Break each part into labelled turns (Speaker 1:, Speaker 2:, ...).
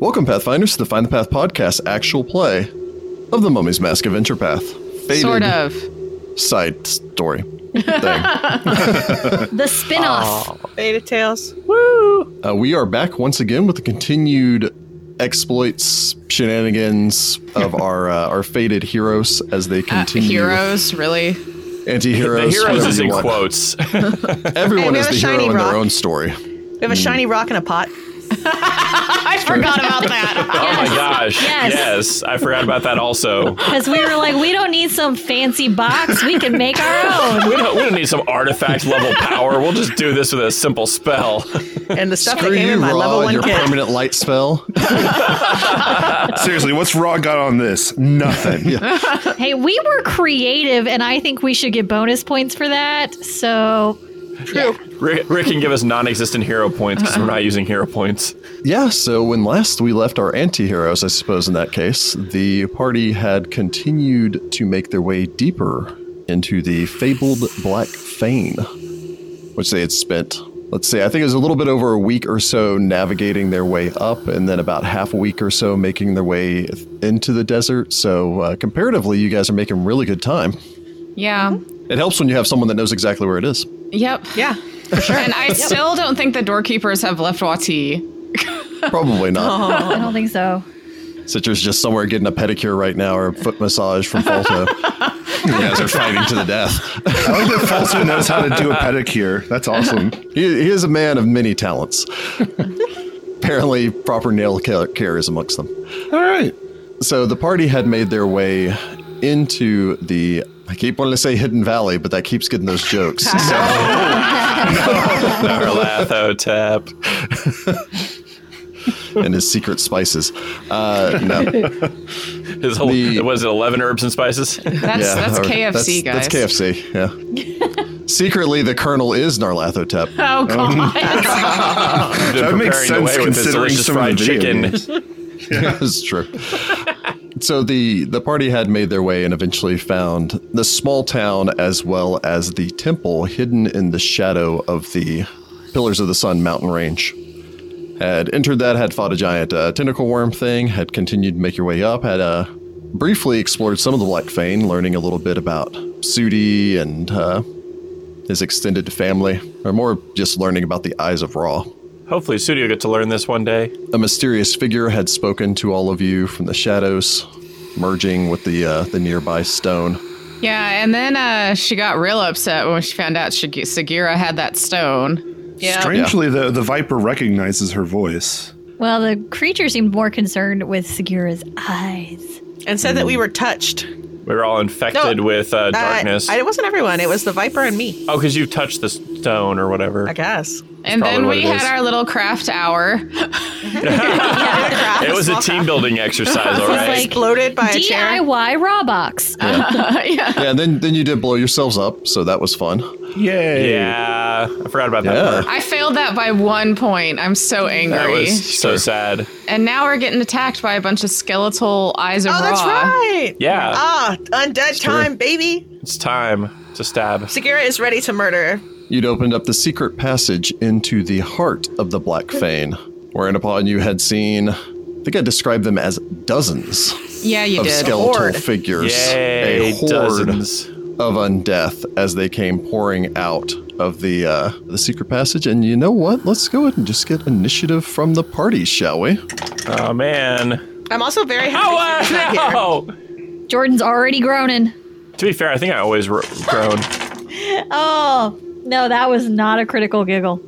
Speaker 1: Welcome, Pathfinders, to the Find the Path podcast actual play of The Mummy's Mask of Interpath. Faded
Speaker 2: Sort of.
Speaker 1: side story thing.
Speaker 3: The spin off.
Speaker 4: Beta Tales.
Speaker 1: Uh, we are back once again with the continued exploits, shenanigans of our uh, our faded heroes as they
Speaker 2: Uh,
Speaker 1: continue.
Speaker 2: heroes, really?
Speaker 1: anti-heroes,
Speaker 5: The heroes
Speaker 1: whatever
Speaker 5: is
Speaker 1: you
Speaker 5: in
Speaker 1: want.
Speaker 5: quotes.
Speaker 1: Everyone
Speaker 4: Hey, we
Speaker 1: is
Speaker 4: have
Speaker 1: the hero
Speaker 4: a shiny
Speaker 1: in their
Speaker 4: rock.
Speaker 1: own story.
Speaker 4: We have a shiny rock in a pot.
Speaker 2: I forgot about that.
Speaker 5: Oh my gosh.
Speaker 3: Yes.
Speaker 5: Yes. I forgot about that also. We
Speaker 3: Because we were like, we don't need some fancy box. We can make our own.
Speaker 5: don't, we don't need some artifact level power. We'll just do this with a simple spell.
Speaker 4: And the stuff
Speaker 1: Screw
Speaker 4: that came
Speaker 1: you,
Speaker 4: in my level
Speaker 1: Raw,
Speaker 4: one
Speaker 1: your
Speaker 4: kit.
Speaker 1: permanent light spell.
Speaker 6: Seriously, what's Raw got on this? Nothing.
Speaker 3: Hey, we were creative, and I think we should get bonus points for that. So,
Speaker 5: Rick, Rick can give us non existent hero points because we're not using hero points.
Speaker 1: Yeah, so when last we left our anti heroes, I suppose in that case, the party had continued to make their way deeper into the fabled Black Fane, which they had spent, let's see, I think it was a little bit over a week or so navigating their way up, and then about half a week or so making their way into the desert. So, uh, comparatively, you guys are making really good time.
Speaker 2: yeah.
Speaker 1: It helps when you have someone that knows exactly where it is.
Speaker 2: Yep.
Speaker 4: Yeah.
Speaker 2: And I still don't think the doorkeepers have left Wati.
Speaker 1: Probably not.
Speaker 3: I don't think so.
Speaker 1: Citra's just somewhere getting a pedicure right now or a foot massage from Falto. you guys are fighting to the death.
Speaker 6: I like that Falso knows how to do a pedicure. That's awesome.
Speaker 1: He, he is a man of many talents. Apparently, proper nail care, care is amongst them.
Speaker 6: All right.
Speaker 1: So the party had made their way into the. I keep wanting to say Hidden Valley, but that keeps getting those jokes. So
Speaker 5: Narlathotep.
Speaker 1: and his secret spices. Uh, no,
Speaker 5: His whole,
Speaker 1: The-
Speaker 5: was it 11 herbs and spices?
Speaker 2: That's
Speaker 1: yeah,
Speaker 2: that's
Speaker 1: or-
Speaker 2: KFC,
Speaker 1: that's-
Speaker 2: guys.
Speaker 1: That's KFC. Yeah. Secretly, the Colonel is Narlathotep.
Speaker 2: Oh god.
Speaker 5: Been
Speaker 6: That makes
Speaker 5: preparing the
Speaker 6: sense
Speaker 5: way with his
Speaker 6: considering
Speaker 5: delicious
Speaker 6: some of the
Speaker 5: fried
Speaker 6: video
Speaker 5: chicken.
Speaker 6: games.
Speaker 1: That's true. so the the party had made their way and eventually found the small town as well as the temple hidden in the shadow of the Pillars of the Sun mountain range. Had entered that, had fought a giant uh, tentacle worm thing, had continued to make your way up, had uh, briefly explored some of the Black Fane, learning a little bit about Sudi and uh, his extended family, or more just learning about the Eyes of Ra.
Speaker 5: Hopefully, Studio get to learn this one day.
Speaker 1: A mysterious figure had spoken to all of you from the shadows, merging with the uh, the nearby stone.
Speaker 2: yeah, and then uh, she got real upset when she found out Shig- Sagira had that stone.
Speaker 4: Yeah.
Speaker 6: Strangely, the, the Viper recognizes her voice.
Speaker 3: Well, the creature seemed more concerned with Segura's eyes.
Speaker 4: And said that we were touched.
Speaker 5: We were all infected
Speaker 4: No,
Speaker 5: with uh,
Speaker 4: Uh,
Speaker 5: darkness.
Speaker 4: I, it wasn't everyone. It was the Viper and me,
Speaker 5: oh, because you touched the stone or whatever.
Speaker 4: I guess.
Speaker 2: And
Speaker 5: probably
Speaker 2: then
Speaker 5: what
Speaker 2: we
Speaker 5: it
Speaker 2: had
Speaker 5: is.
Speaker 2: our little craft hour.
Speaker 5: It was a team building exercise, all
Speaker 3: It's
Speaker 5: right?
Speaker 3: like
Speaker 4: Exploded by a chair.
Speaker 3: DIY raw box.
Speaker 2: yeah.
Speaker 1: Yeah, and then then you did blow yourselves up, so that was fun.
Speaker 6: Yay.
Speaker 5: yeah, I forgot about that
Speaker 1: Yeah.
Speaker 5: part.
Speaker 2: I failed that by one point. I'm so
Speaker 5: That
Speaker 2: angry.
Speaker 5: was so sad.
Speaker 2: and now we're getting attacked by a bunch of skeletal eyes of
Speaker 4: Oh, that's
Speaker 2: Ra.
Speaker 4: right.
Speaker 5: Yeah.
Speaker 4: Ah, undead time, baby.
Speaker 5: It's time to stab.
Speaker 4: Segura is ready to murder.
Speaker 1: You'd opened up the secret passage into the heart of the Black Fane, wherein upon you had seen. I think I described them as dozens
Speaker 2: Yeah, you
Speaker 1: of
Speaker 2: did.
Speaker 1: skeletal
Speaker 4: horde.
Speaker 1: figures,
Speaker 5: Yay,
Speaker 1: a horde
Speaker 5: dozens.
Speaker 1: of undeath as they came pouring out of the uh, the secret passage. And you know what? Let's go ahead and just get initiative from the party, shall we?
Speaker 5: Oh, man.
Speaker 4: I'm also very happy. she's not
Speaker 5: Oh, uh,
Speaker 4: here.
Speaker 5: no!
Speaker 3: Jordan's already groaning.
Speaker 5: To be fair, I think I always ro- groan.
Speaker 3: Oh, no, that was not a critical giggle.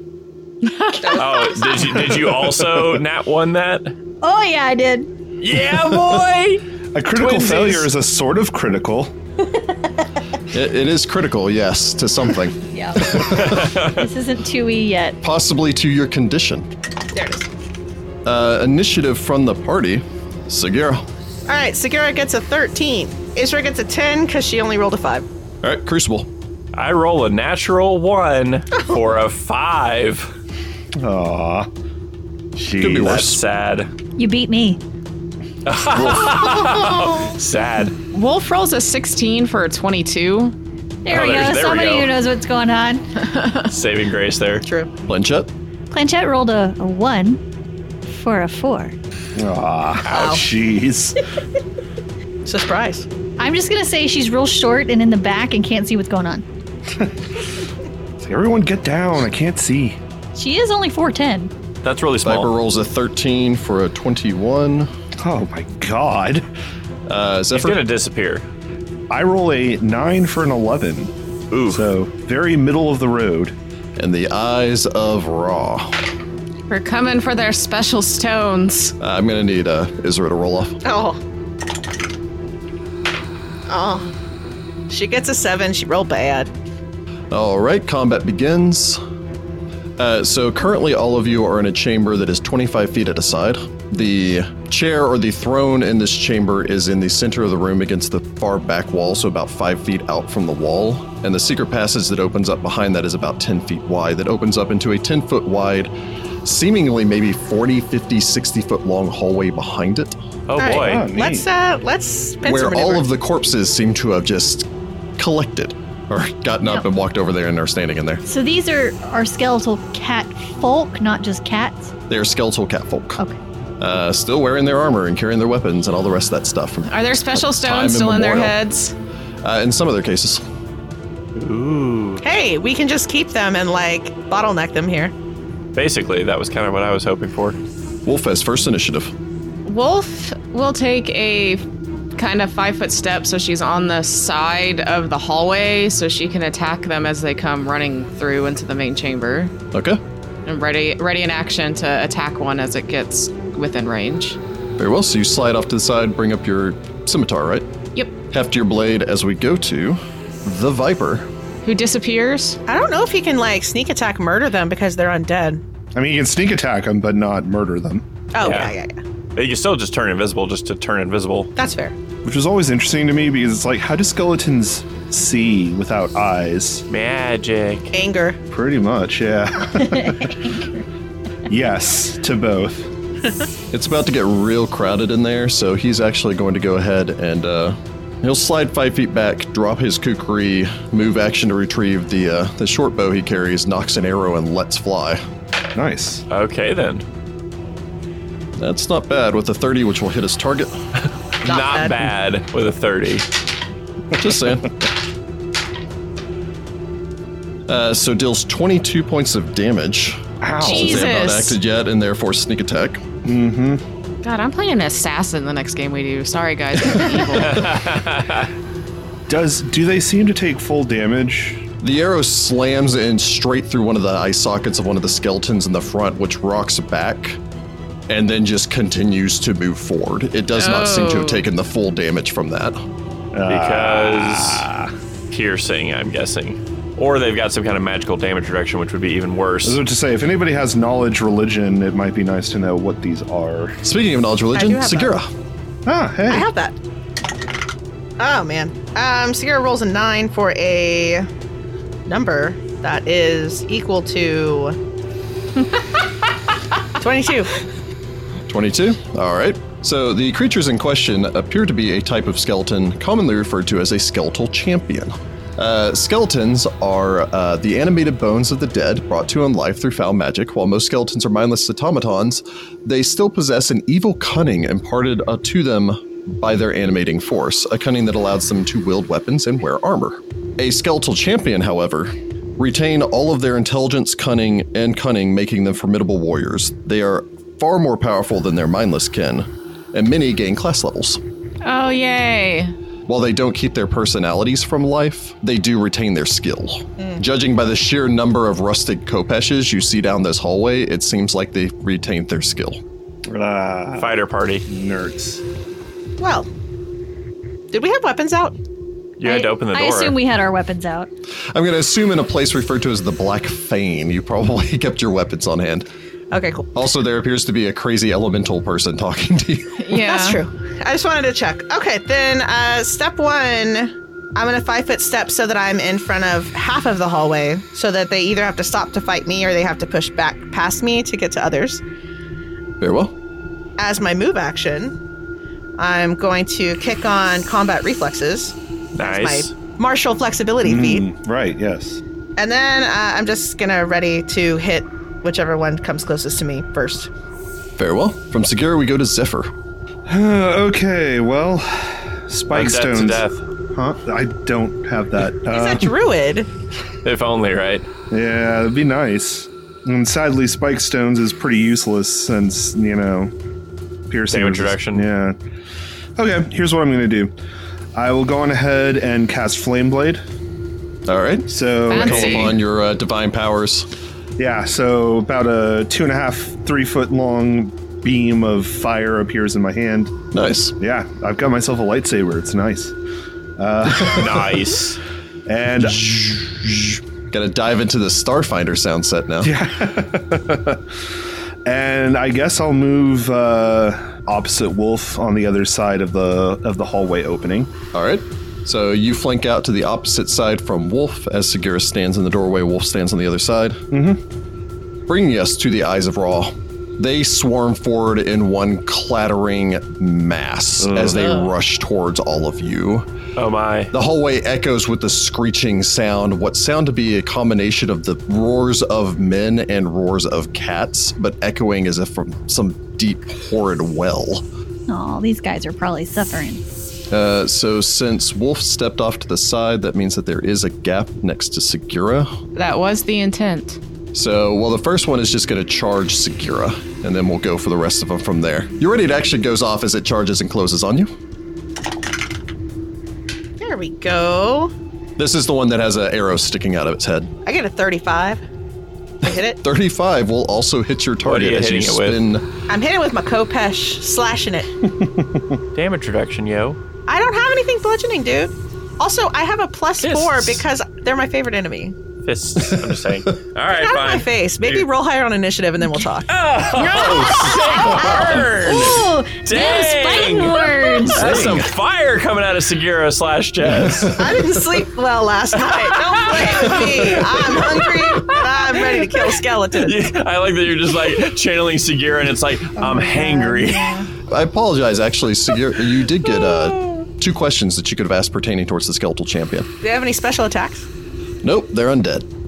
Speaker 5: Oh, did you, did you also nat one that?
Speaker 3: Oh, yeah, I did.
Speaker 5: Yeah, boy!
Speaker 6: A critical
Speaker 5: Twinsies.
Speaker 6: failure is a sort of critical.
Speaker 1: It, it is critical, yes, to something,
Speaker 3: Yeah. this isn't 2E yet.
Speaker 1: possibly to your condition.
Speaker 4: There it is.
Speaker 1: Uh, initiative from the party, Sagira.
Speaker 4: All right, Segura gets a 13. Isra gets a 10 because she only rolled a 5.
Speaker 1: All right, Crucible.
Speaker 5: I roll a natural one for a five.
Speaker 6: Aw.
Speaker 1: Could be
Speaker 6: Jeez.
Speaker 5: That's
Speaker 1: worse.
Speaker 5: sad.
Speaker 3: You beat me.
Speaker 5: Sad.
Speaker 2: Wolf rolls a 16 for a 22.
Speaker 3: There
Speaker 5: Oh,
Speaker 3: we go.
Speaker 5: there's- there we
Speaker 3: Somebody
Speaker 5: go.
Speaker 3: who knows what's going on.
Speaker 5: Saving grace there.
Speaker 4: True.
Speaker 1: Blanchette.
Speaker 3: Planchette rolled a, a 1 for a 4.
Speaker 6: Ah, jeez.
Speaker 4: Surprise.
Speaker 3: I'm just gonna say she's real short and in the back and can't see what's going on.
Speaker 6: It's like, Everyone get down. I can't see.
Speaker 3: She is only 4'10.
Speaker 5: That's really small.
Speaker 1: Viper rolls a 13 for a 21.
Speaker 6: Oh my god.
Speaker 1: Uh,
Speaker 5: He's gonna
Speaker 1: Zephyr,
Speaker 5: disappear.
Speaker 6: I roll a 9 for an 11.
Speaker 5: Oof.
Speaker 6: So, very middle of the road.
Speaker 1: and the eyes of Raw. Uh,
Speaker 2: We're coming for their special stones.
Speaker 1: I'm gonna need uh, Isra to roll off.
Speaker 4: Oh. Oh. She gets a seven. She rolled bad.
Speaker 1: All right, combat begins. Uh, so currently, all of you are in a chamber that is 25 feet at a side. The chair or the throne in this chamber is in the center of the room against the far back wall, so about five feet out from the wall. And the secret passage that opens up behind that is about 10 feet wide, that opens up into a 10 foot wide, seemingly maybe 40, 50, 60 foot long hallway behind it,
Speaker 5: Oh
Speaker 4: All
Speaker 5: boy.
Speaker 4: right,
Speaker 6: Oh,
Speaker 4: let's
Speaker 6: neat.
Speaker 4: uh, let's pencil
Speaker 1: where all
Speaker 4: maneuver.
Speaker 1: of the corpses seem to have just collected or gotten up and walked over there and are standing in there.
Speaker 3: So these are, are skeletal cat folk, not just cats.
Speaker 1: They are skeletal catfolk.
Speaker 3: Okay.
Speaker 1: Uh, still wearing their armor and carrying their weapons and all the rest of that stuff. From,
Speaker 2: Are there special
Speaker 1: Time
Speaker 2: stones still in their
Speaker 1: immemorial.
Speaker 2: heads?
Speaker 1: uh, in some other cases.
Speaker 4: hey, we can just keep them and like bottleneck them here.
Speaker 5: Basically, that was kind of what I was hoping for.
Speaker 1: Wolf has first initiative.
Speaker 2: Wolf will take a kind of five foot step so she's on the side of the hallway so she can attack them as they come running through into the main chamber.
Speaker 1: Okay.
Speaker 2: And ready ready in action to attack one as it gets within range.
Speaker 1: Very well. So you slide off to the side, bring up your scimitar, right?
Speaker 2: Yep.
Speaker 1: Heft your blade as we go to the Viper.
Speaker 2: Who disappears?
Speaker 4: I don't know if you can like sneak attack murder them because they're undead.
Speaker 6: I mean, you can sneak attack them, but not murder them,
Speaker 4: Oh
Speaker 5: Yeah.
Speaker 4: yeah, yeah, yeah.
Speaker 5: You can still just turn invisible just to turn invisible.
Speaker 4: That's fair.
Speaker 6: which was always interesting to me because it's like, how do skeletons see without eyes?
Speaker 5: Magic.
Speaker 4: Anger.
Speaker 6: Pretty much, yeah. yes, to both.
Speaker 1: It's about to get real crowded in there, so he's actually going to go ahead and uh, he'll slide five feet back, drop his kukri, move action to retrieve the uh, the short bow he carries, knocks an arrow, and lets fly.
Speaker 6: Nice.
Speaker 5: Okay then.
Speaker 1: That's not bad with a 30, which will hit his target.
Speaker 5: Not, bad.
Speaker 4: bad.
Speaker 5: with a 30.
Speaker 1: Just saying. Uh, so deals 22 points of damage.
Speaker 6: Ow.
Speaker 2: Jeez.
Speaker 1: They have not
Speaker 2: Jesus.
Speaker 1: acted yet, and therefore sneak attack.
Speaker 2: God, I'm playing an assassin the next game we do. Sorry guys. I'm evil.
Speaker 6: Does do they seem to take full damage?
Speaker 1: The arrow slams in straight through one of the eye sockets of one of the skeletons in the front, which rocks back, and then just continues to move forward. It does not seem to
Speaker 2: Oh.
Speaker 1: have taken the full damage from that.
Speaker 4: Ah.
Speaker 5: Because piercing, I'm guessing. Or they've got some kind of magical damage reduction, which would be even worse.
Speaker 6: I was about to say, if anybody has knowledge religion, it might be nice to know what these are.
Speaker 1: Speaking of knowledge
Speaker 4: do
Speaker 1: religion,
Speaker 4: have that.
Speaker 1: Segura.
Speaker 6: Ah, hey.
Speaker 4: I have that. Oh man. Um, Sierra rolls a nine for a number that is equal to twenty-two.
Speaker 1: 22. All right. So the creatures in question appear to be a type of skeleton commonly referred to as a skeletal champion. Uh, skeletons are uh, the animated bones of the dead brought to in life through foul magic. While most skeletons are mindless automatons, they still possess an evil cunning imparted uh, to them by their animating force, a cunning that allows them to wield weapons and wear armor. A skeletal champion, however, retain all of their intelligence, cunning, and cunning, making them formidable warriors. They are far more powerful than their mindless kin, and many gain class levels.
Speaker 2: oh yay.
Speaker 1: While they don't keep their personalities from life, they do retain their skill. Judging by the sheer number of rusted kopeshes you see down this hallway, it seems like they retained their skill.
Speaker 6: Ah,
Speaker 5: Fighter party.
Speaker 6: nerds.
Speaker 4: Well, did we have weapons out?
Speaker 5: You had to open the door.
Speaker 3: I assume we had our weapons out.
Speaker 1: I'm going to assume in a place referred to as the Black Fane, you probably kept your weapons on hand.
Speaker 4: Okay, cool.
Speaker 1: Also, there appears to be a crazy elemental person talking to you.
Speaker 2: Yeah.
Speaker 4: That's true. I just wanted to check. Okay, then uh, step one. I'm gonna five foot step so that I'm in front of half of the hallway, so that they either have to stop to fight me or they have to push back past me to get to others.
Speaker 1: Very well.
Speaker 4: As my move action, I'm going to kick on combat reflexes, my
Speaker 5: nice.
Speaker 4: martial flexibility feat,
Speaker 6: Right, yes.
Speaker 4: and then uh, I'm just gonna ready to hit whichever one comes closest to me first.
Speaker 1: Very well. From Segura, we go to Zephyr.
Speaker 6: Uh, okay, well, spike
Speaker 5: Undead to
Speaker 6: stones.
Speaker 5: death.
Speaker 6: Huh? I don't have that.
Speaker 4: He's
Speaker 6: Uh,
Speaker 4: a druid.
Speaker 5: If only, right?
Speaker 6: yeah, it'd be nice. And sadly, spike stones is pretty useless since you know piercing
Speaker 5: Damage
Speaker 6: is-
Speaker 5: reduction.
Speaker 6: Yeah. Okay, here's what I'm gonna do. I will go on ahead and cast flame blade.
Speaker 1: All right.
Speaker 6: So
Speaker 2: Fancy.
Speaker 1: Call upon your uh, divine powers.
Speaker 6: Yeah, so about a two and a half, three foot long beam of fire appears in my hand.
Speaker 1: Nice.
Speaker 6: Yeah, I've got myself a lightsaber. It's nice.
Speaker 5: nice.
Speaker 6: And
Speaker 1: Gotta dive into the Starfinder sound set now. Yeah.
Speaker 6: and I guess I'll move uh, opposite Wolf on the other side of the of the hallway opening.
Speaker 1: All right. So you flank out to the opposite side from Wolf as Segura stands in the doorway. Wolf stands on the other side. Mm-hmm. Bringing us to the eyes of Raw. They swarm forward in one clattering mass as they rush towards all of you.
Speaker 5: Oh my.
Speaker 1: The hallway echoes with the screeching sound, what sound to be a combination of the roars of men and roars of cats, but echoing as if from some deep, horrid well.
Speaker 3: Oh, these guys are probably suffering.
Speaker 1: Uh, so, since Wolf stepped off to the side, that means that there is a gap next to Segura.
Speaker 2: That was the intent.
Speaker 1: So, well, the first one is just going to charge Segura, and then we'll go for the rest of them from there. Your ready it actually goes off as it charges and closes on you.
Speaker 4: There we go.
Speaker 1: This is the one that has an arrow sticking out of its head.
Speaker 4: I get a 35. I hit it.
Speaker 1: 35 will also hit your
Speaker 5: are
Speaker 1: target
Speaker 5: you
Speaker 1: as you
Speaker 5: hitting it with?
Speaker 1: spin.
Speaker 4: I'm hitting with my Kopesh, slashing it.
Speaker 5: Damage reduction, yo.
Speaker 4: I don't have anything bludgeoning, dude. Also, I have a plus
Speaker 5: Fists.
Speaker 4: four because they're my favorite enemy.
Speaker 5: Fists. I'm just saying. All right,
Speaker 4: Out of
Speaker 5: fine.
Speaker 4: my face. Maybe
Speaker 5: Dude.
Speaker 4: roll higher on initiative and then we'll talk.
Speaker 5: Burn.
Speaker 3: Oh, those
Speaker 5: Dang.
Speaker 3: fighting words.
Speaker 5: That's some fire coming out of Segura slash Jess.
Speaker 4: I didn't sleep well last night. Don't play with me. I'm hungry. but I'm ready to kill skeletons.
Speaker 5: Yeah, I like that you're just like channeling Segura, and it's like I'm hangry.
Speaker 1: I apologize, actually. So you you did get uh, two questions that you could have asked pertaining towards the skeletal champion.
Speaker 4: Do you have any special attacks?
Speaker 1: Nope, they're undead.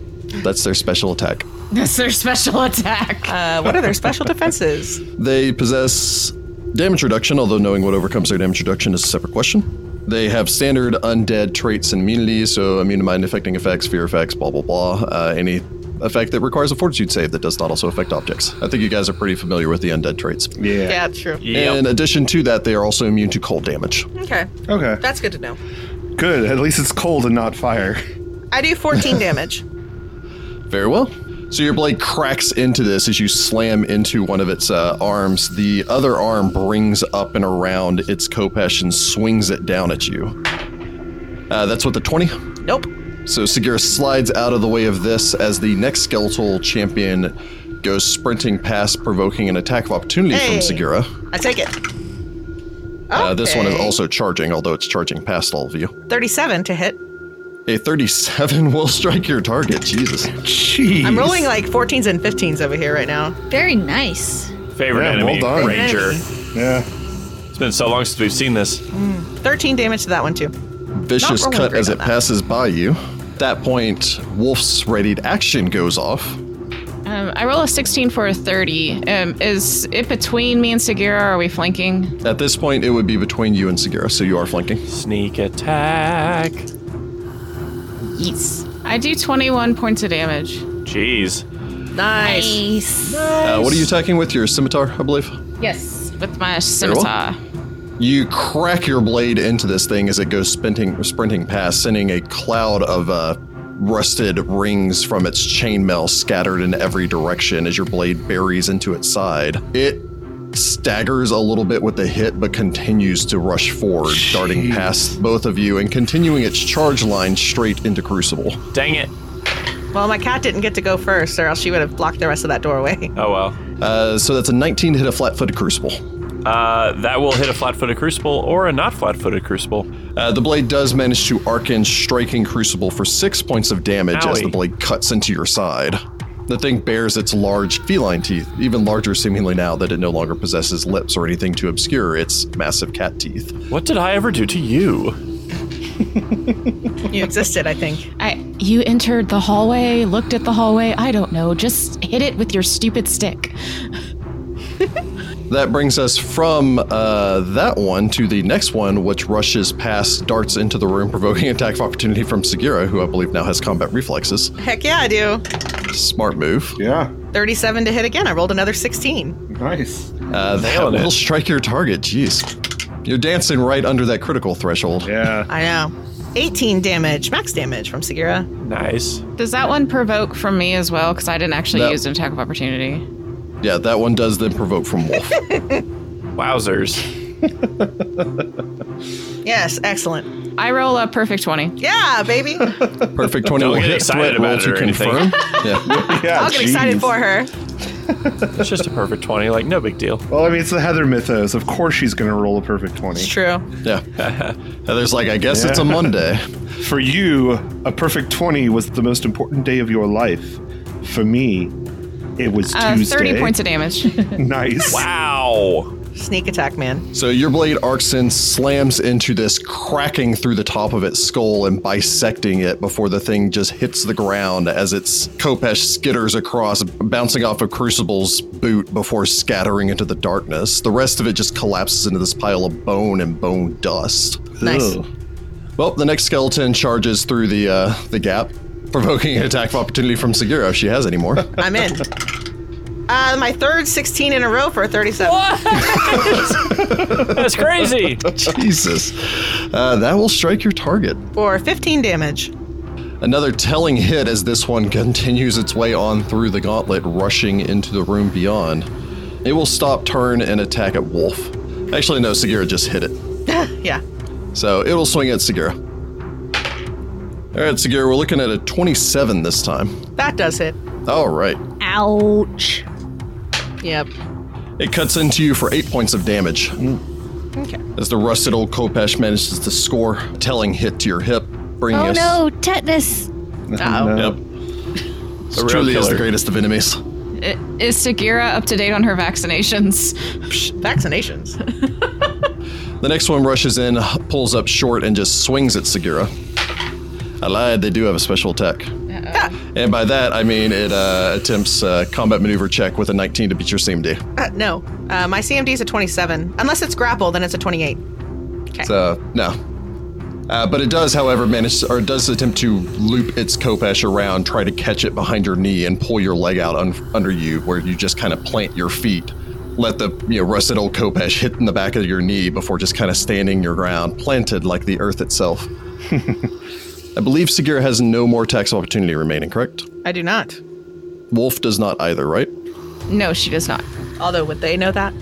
Speaker 1: That's their special attack.
Speaker 2: That's their special attack.
Speaker 4: Uh, what are their special defenses?
Speaker 1: They possess damage reduction, although knowing what overcomes their damage reduction is a separate question. They have standard undead traits and immunities, so immune to mind affecting effects, fear effects, blah, blah, blah. Uh, any effect that requires a fortitude save that does not also affect objects. I think you guys are pretty familiar with the undead traits.
Speaker 6: Yeah.
Speaker 4: true.
Speaker 1: In addition to that, they are also immune to cold damage.
Speaker 4: Okay.
Speaker 6: Okay.
Speaker 4: That's good to know.
Speaker 6: Good. At least it's cold and not fire.
Speaker 4: I do 14 damage.
Speaker 1: Very well. So your blade cracks into this as you slam into one of its uh, arms. The other arm brings up and around its Kopesh and swings it down at you. Uh, that's what the 20.
Speaker 4: Nope.
Speaker 1: So Segura slides out of the way of this as the next skeletal champion goes sprinting past, provoking an attack of opportunity
Speaker 4: Hey.
Speaker 1: from Segura.
Speaker 4: I take it.
Speaker 1: Uh, this one is
Speaker 4: Okay.
Speaker 1: also charging, although it's charging past all of you.
Speaker 4: 37 to hit.
Speaker 1: A 37 will strike your target. Jesus.
Speaker 6: Jeez.
Speaker 4: I'm rolling like 14s and 15s over here right now.
Speaker 3: Very nice.
Speaker 5: Favorite
Speaker 6: Yeah, well
Speaker 5: enemy,
Speaker 6: done.
Speaker 5: Ranger.
Speaker 6: Yeah.
Speaker 5: It's been so long since we've seen this.
Speaker 4: 13 damage to that one, too.
Speaker 1: vicious
Speaker 4: Not rolling
Speaker 1: cut
Speaker 4: great
Speaker 1: as
Speaker 4: on
Speaker 1: it
Speaker 4: that.
Speaker 1: passes by you. At that point, Wolf's readied action goes off.
Speaker 2: Um, I roll a 16 for a 30. Um, is it between me and Segura? Are we flanking?
Speaker 1: At this point, it would be between you and Segura, so you are flanking.
Speaker 5: Sneak attack.
Speaker 2: Yes. I do 21 points of damage.
Speaker 5: Jeez.
Speaker 4: Nice.
Speaker 3: Nice.
Speaker 1: Uh, what are you attacking with? Your scimitar, I believe.
Speaker 2: Yes. With my
Speaker 1: well.
Speaker 2: scimitar.
Speaker 1: You crack your blade into this thing as it goes sprinting, sprinting past, sending a cloud of uh, rusted rings from its chainmail scattered in every direction as your blade buries into its side. It staggers a little bit with the hit, but continues to rush forward, darting past both of you and continuing its charge line straight into Crucible.
Speaker 5: Dang it.
Speaker 4: Well, my cat didn't get to go first, or else she would have blocked the rest of that doorway.
Speaker 5: Oh well.
Speaker 1: Uh, so that's a 19 to hit a flat-footed Crucible.
Speaker 5: Uh, that will hit a flat-footed crucible or a not flat-footed crucible.
Speaker 1: Uh, the blade does manage to arc in, striking Crucible for six points of damage as
Speaker 5: Owie.
Speaker 1: the blade cuts into your side. The thing bears its large feline teeth, even larger seemingly now that it no longer possesses lips or anything to obscure its massive cat teeth.
Speaker 5: What did I ever do to you?
Speaker 4: You existed, I think.
Speaker 2: I, you entered the hallway, looked at the hallway. I don't know. Just hit it with your stupid stick.
Speaker 1: That brings us from uh, that one to the next one, which rushes past, darts into the room, provoking attack of opportunity from Segura, who I believe now has combat reflexes.
Speaker 4: Heck yeah, I do.
Speaker 1: Smart move.
Speaker 6: Yeah.
Speaker 4: 37 to hit again. I rolled another 16.
Speaker 6: Nice.
Speaker 1: Uh, that
Speaker 5: Nailing it.
Speaker 1: will strike your target. Jeez. You're dancing right under that critical threshold.
Speaker 6: Yeah.
Speaker 4: I know. 18 damage, max damage from Segura.
Speaker 5: Nice.
Speaker 2: Does that one provoke from me as well? Because I didn't actually
Speaker 1: No.
Speaker 2: use an attack of opportunity.
Speaker 1: Yeah, that one does then provoke from Wolf.
Speaker 5: Wowzers.
Speaker 4: Yes, excellent.
Speaker 2: I roll a perfect 20.
Speaker 4: Yeah, baby. I'll
Speaker 1: Perfect 20 will
Speaker 5: get
Speaker 1: hit
Speaker 5: excited
Speaker 1: threat roll
Speaker 5: about it
Speaker 1: to
Speaker 5: or anything.
Speaker 1: confirm. yeah.
Speaker 6: Yeah.
Speaker 4: get
Speaker 6: jeez.
Speaker 4: excited for her.
Speaker 5: It's just a perfect 20. Like, no big deal.
Speaker 6: Well, I mean, it's the Heather mythos. Of course, she's gonna roll a perfect twenty.
Speaker 4: It's true.
Speaker 1: Yeah. Heather's like, I guess it's a Monday.
Speaker 6: For you, a perfect 20 was the most important day of your life. For me, it was
Speaker 2: Uh,
Speaker 6: Tuesday.
Speaker 2: 30 points of damage.
Speaker 6: Nice.
Speaker 5: Wow.
Speaker 4: Sneak attack, man.
Speaker 1: So your blade arcs in, slams into this, cracking through the top of its skull and bisecting it before the thing just hits the ground as its Kopesh skitters across, bouncing off of Crucible's boot before scattering into the darkness. The rest of it just collapses into this pile of bone and bone dust.
Speaker 4: Nice.
Speaker 1: Well, the next skeleton charges through the uh, the gap, provoking an attack of opportunity from Segura if she has any more.
Speaker 4: I'm in. Uh, my third 16 in a row for a 37.
Speaker 5: That's crazy.
Speaker 1: Jesus, uh, that will strike your target.
Speaker 4: For 15 damage.
Speaker 1: Another telling hit as this one continues its way on through the gauntlet, rushing into the room beyond. It will stop, turn, and attack at Wolf. Actually, no, Segura just hit it.
Speaker 4: Yeah.
Speaker 1: So it'll swing at Segura. All right, Segura, we're looking at a 27 this time.
Speaker 4: That does hit.
Speaker 1: All right.
Speaker 3: Ouch.
Speaker 4: Yep.
Speaker 1: It cuts into you for eight points of damage
Speaker 3: Mm.
Speaker 4: Okay.
Speaker 1: as the rusted old Kopesh manages to score a telling hit to your hip, bringing
Speaker 3: Oh
Speaker 1: us.
Speaker 3: no, tetanus.
Speaker 4: Uh-oh.
Speaker 1: Yep.
Speaker 5: A real
Speaker 1: Truly is the
Speaker 5: killer.
Speaker 1: greatest of enemies.
Speaker 2: I- Is Segura up to date on her vaccinations?
Speaker 4: Psh, vaccinations.
Speaker 1: The next one rushes in, pulls up short, and just swings at Segura. I lied, they do have a special attack.
Speaker 4: Uh,
Speaker 1: And by that, I mean it uh, attempts a combat maneuver check with a 19 to beat your CMD.
Speaker 4: Uh, no. Uh, my CMD is a 27. Unless it's grapple, then it's a 28.
Speaker 1: So, no. Uh, but it does, however, manage or does attempt to loop its Kopesh around, try to catch it behind your knee, and pull your leg out un- under you, where you just kind of plant your feet, let the you know rusted old Kopesh hit in the back of your knee before just kind of standing your ground, planted like the earth itself. I believe Segura has no more tax opportunity remaining, correct?
Speaker 4: I do not.
Speaker 1: Wolf does not either, right?
Speaker 2: No, she does not.
Speaker 4: Although, would they know that?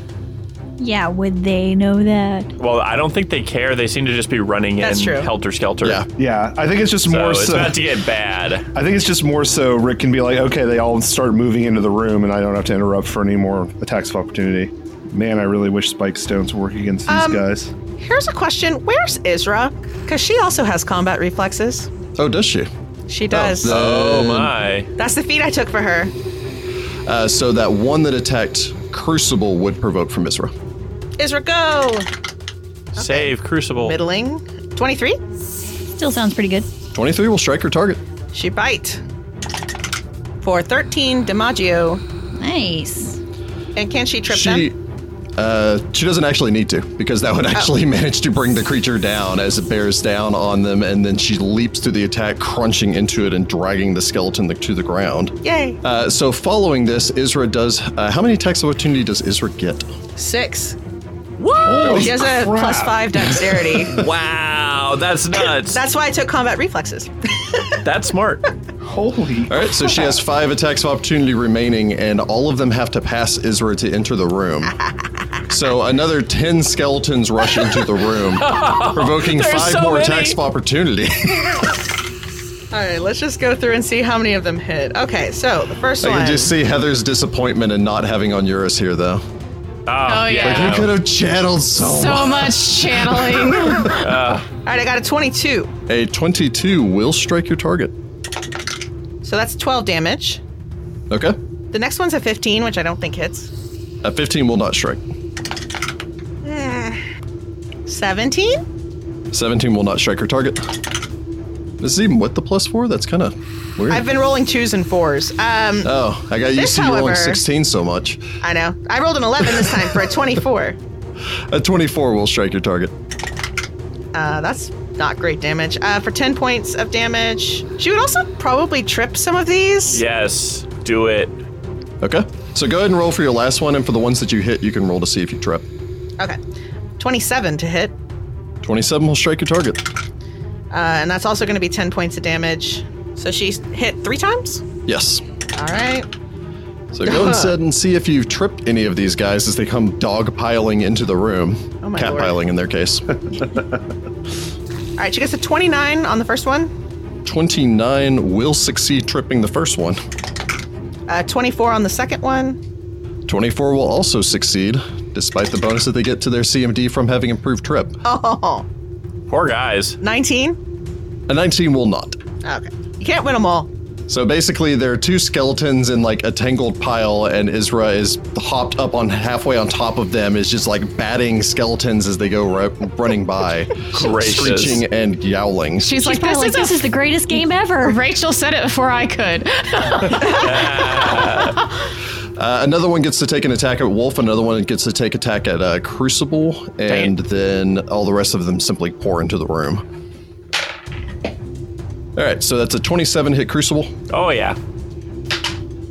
Speaker 3: Yeah, would they know that?
Speaker 5: Well, I don't think they care. They seem to just be running
Speaker 4: That's
Speaker 5: in
Speaker 4: true.
Speaker 5: helter skelter.
Speaker 1: Yeah.
Speaker 6: Yeah, I think it's just
Speaker 5: So
Speaker 6: more
Speaker 5: it's
Speaker 6: so.
Speaker 5: about to get bad.
Speaker 6: I think it's just more so Rick can be like, okay, they all start moving into the room, and I don't have to interrupt for any more attacks of opportunity. Man, I really wish Spike Stones work against these
Speaker 4: Um,
Speaker 6: guys.
Speaker 4: Here's a question Where's Isra? Because she also has combat reflexes.
Speaker 1: Oh, does she?
Speaker 4: She does.
Speaker 1: no.
Speaker 5: Oh
Speaker 1: Um,
Speaker 5: my.
Speaker 4: That's the feat I took for her.
Speaker 1: Uh, so that one that attacked Crucible would provoke from Isra.
Speaker 4: Isra, go!
Speaker 5: Save Crucible.
Speaker 4: Middling. 23?
Speaker 3: Still sounds pretty good.
Speaker 1: 23 will strike your target.
Speaker 4: She bite. For 13 DiMaggio.
Speaker 3: Nice.
Speaker 4: And can she trip
Speaker 1: She,
Speaker 4: them?
Speaker 1: uh, she doesn't actually need to because that would actually manage to bring the creature down as it bears down on them, and then she leaps to the attack, crunching into it and dragging the skeleton to the ground.
Speaker 4: Yay.
Speaker 1: Uh, so following this, Isra does. Uh, how many attacks of opportunity does Isra get?
Speaker 4: Six.
Speaker 5: Whoa!
Speaker 4: She has a
Speaker 6: crap.
Speaker 4: plus five dexterity.
Speaker 5: Wow, that's nuts.
Speaker 4: That's why I took combat reflexes.
Speaker 5: that's smart. Oh,
Speaker 6: Holy.
Speaker 1: All right, so she has five attacks of opportunity remaining, and all of them have to pass Isra to enter the room. So another ten skeletons rush into the room, provoking
Speaker 5: There's
Speaker 1: five
Speaker 5: so
Speaker 1: more
Speaker 5: many.
Speaker 1: attacks of opportunity.
Speaker 4: All right, let's just go through and see how many of them hit. Okay, so the first
Speaker 1: I
Speaker 4: one.
Speaker 1: can just see Heather's disappointment in not having on Eurus here, though.
Speaker 5: Oh,
Speaker 1: You
Speaker 2: yeah.
Speaker 1: could have channeled so,
Speaker 2: So much channeling.
Speaker 4: All right, I got a 22.
Speaker 1: A 22 will strike your target.
Speaker 4: So that's 12 damage.
Speaker 1: Okay.
Speaker 4: The next one's a 15, which I don't think hits.
Speaker 1: A 15 will not strike.
Speaker 4: 17? Eh.
Speaker 1: 17 will not strike your target. This is even with the plus four? That's kind of Weird.
Speaker 4: I've been rolling twos and fours. Um,
Speaker 1: oh, I got used
Speaker 4: This,
Speaker 1: to you rolling
Speaker 4: however-
Speaker 1: 16 so much.
Speaker 4: I know. I rolled an 11 this time for a 24.
Speaker 1: A 24 will strike your target.
Speaker 4: Uh, that's not great damage. Uh, for 10 points of damage. She would also probably trip some of these.
Speaker 5: Yes, do it.
Speaker 1: Okay. So go ahead and roll for your last one, and for the ones that you hit, you can roll to see if you trip.
Speaker 4: Okay. 27 to hit.
Speaker 1: 27 will strike your target.
Speaker 4: Uh, and that's also going to be 10 points of damage. So she hit three times?
Speaker 1: Yes.
Speaker 4: All right.
Speaker 1: So go instead and see if you trip any of these guys as they come dog piling into the room.
Speaker 4: Oh my
Speaker 1: Cat
Speaker 4: lord.
Speaker 1: piling in their case.
Speaker 4: All right. She gets a 29 on the first one,
Speaker 1: 29 will succeed tripping the first one.
Speaker 4: uh, 24 on the second one.
Speaker 1: 24 will also succeed, despite the bonus that they get to their CMD from having improved trip.
Speaker 4: Oh,
Speaker 5: Poor guys.
Speaker 4: 19.
Speaker 1: A 19 will not.
Speaker 4: Okay. You can't win them all.
Speaker 1: So basically, there are two skeletons in like a tangled pile, and Isra is hopped up on halfway on top of them, is just like batting skeletons as they go ru- running by,
Speaker 5: Gracious.
Speaker 1: screeching and yowling.
Speaker 2: She's, like,
Speaker 3: She's probably
Speaker 2: this,
Speaker 3: like,
Speaker 2: is,
Speaker 3: this
Speaker 2: a
Speaker 3: is the greatest game ever.
Speaker 2: Rachel said it before I could.
Speaker 1: Uh, another one gets to take an attack at Wolf, another one gets to take attack at uh, Crucible, and then all the rest of them simply pour into the room. All right, so that's a 27 hit Crucible
Speaker 5: Oh yeah.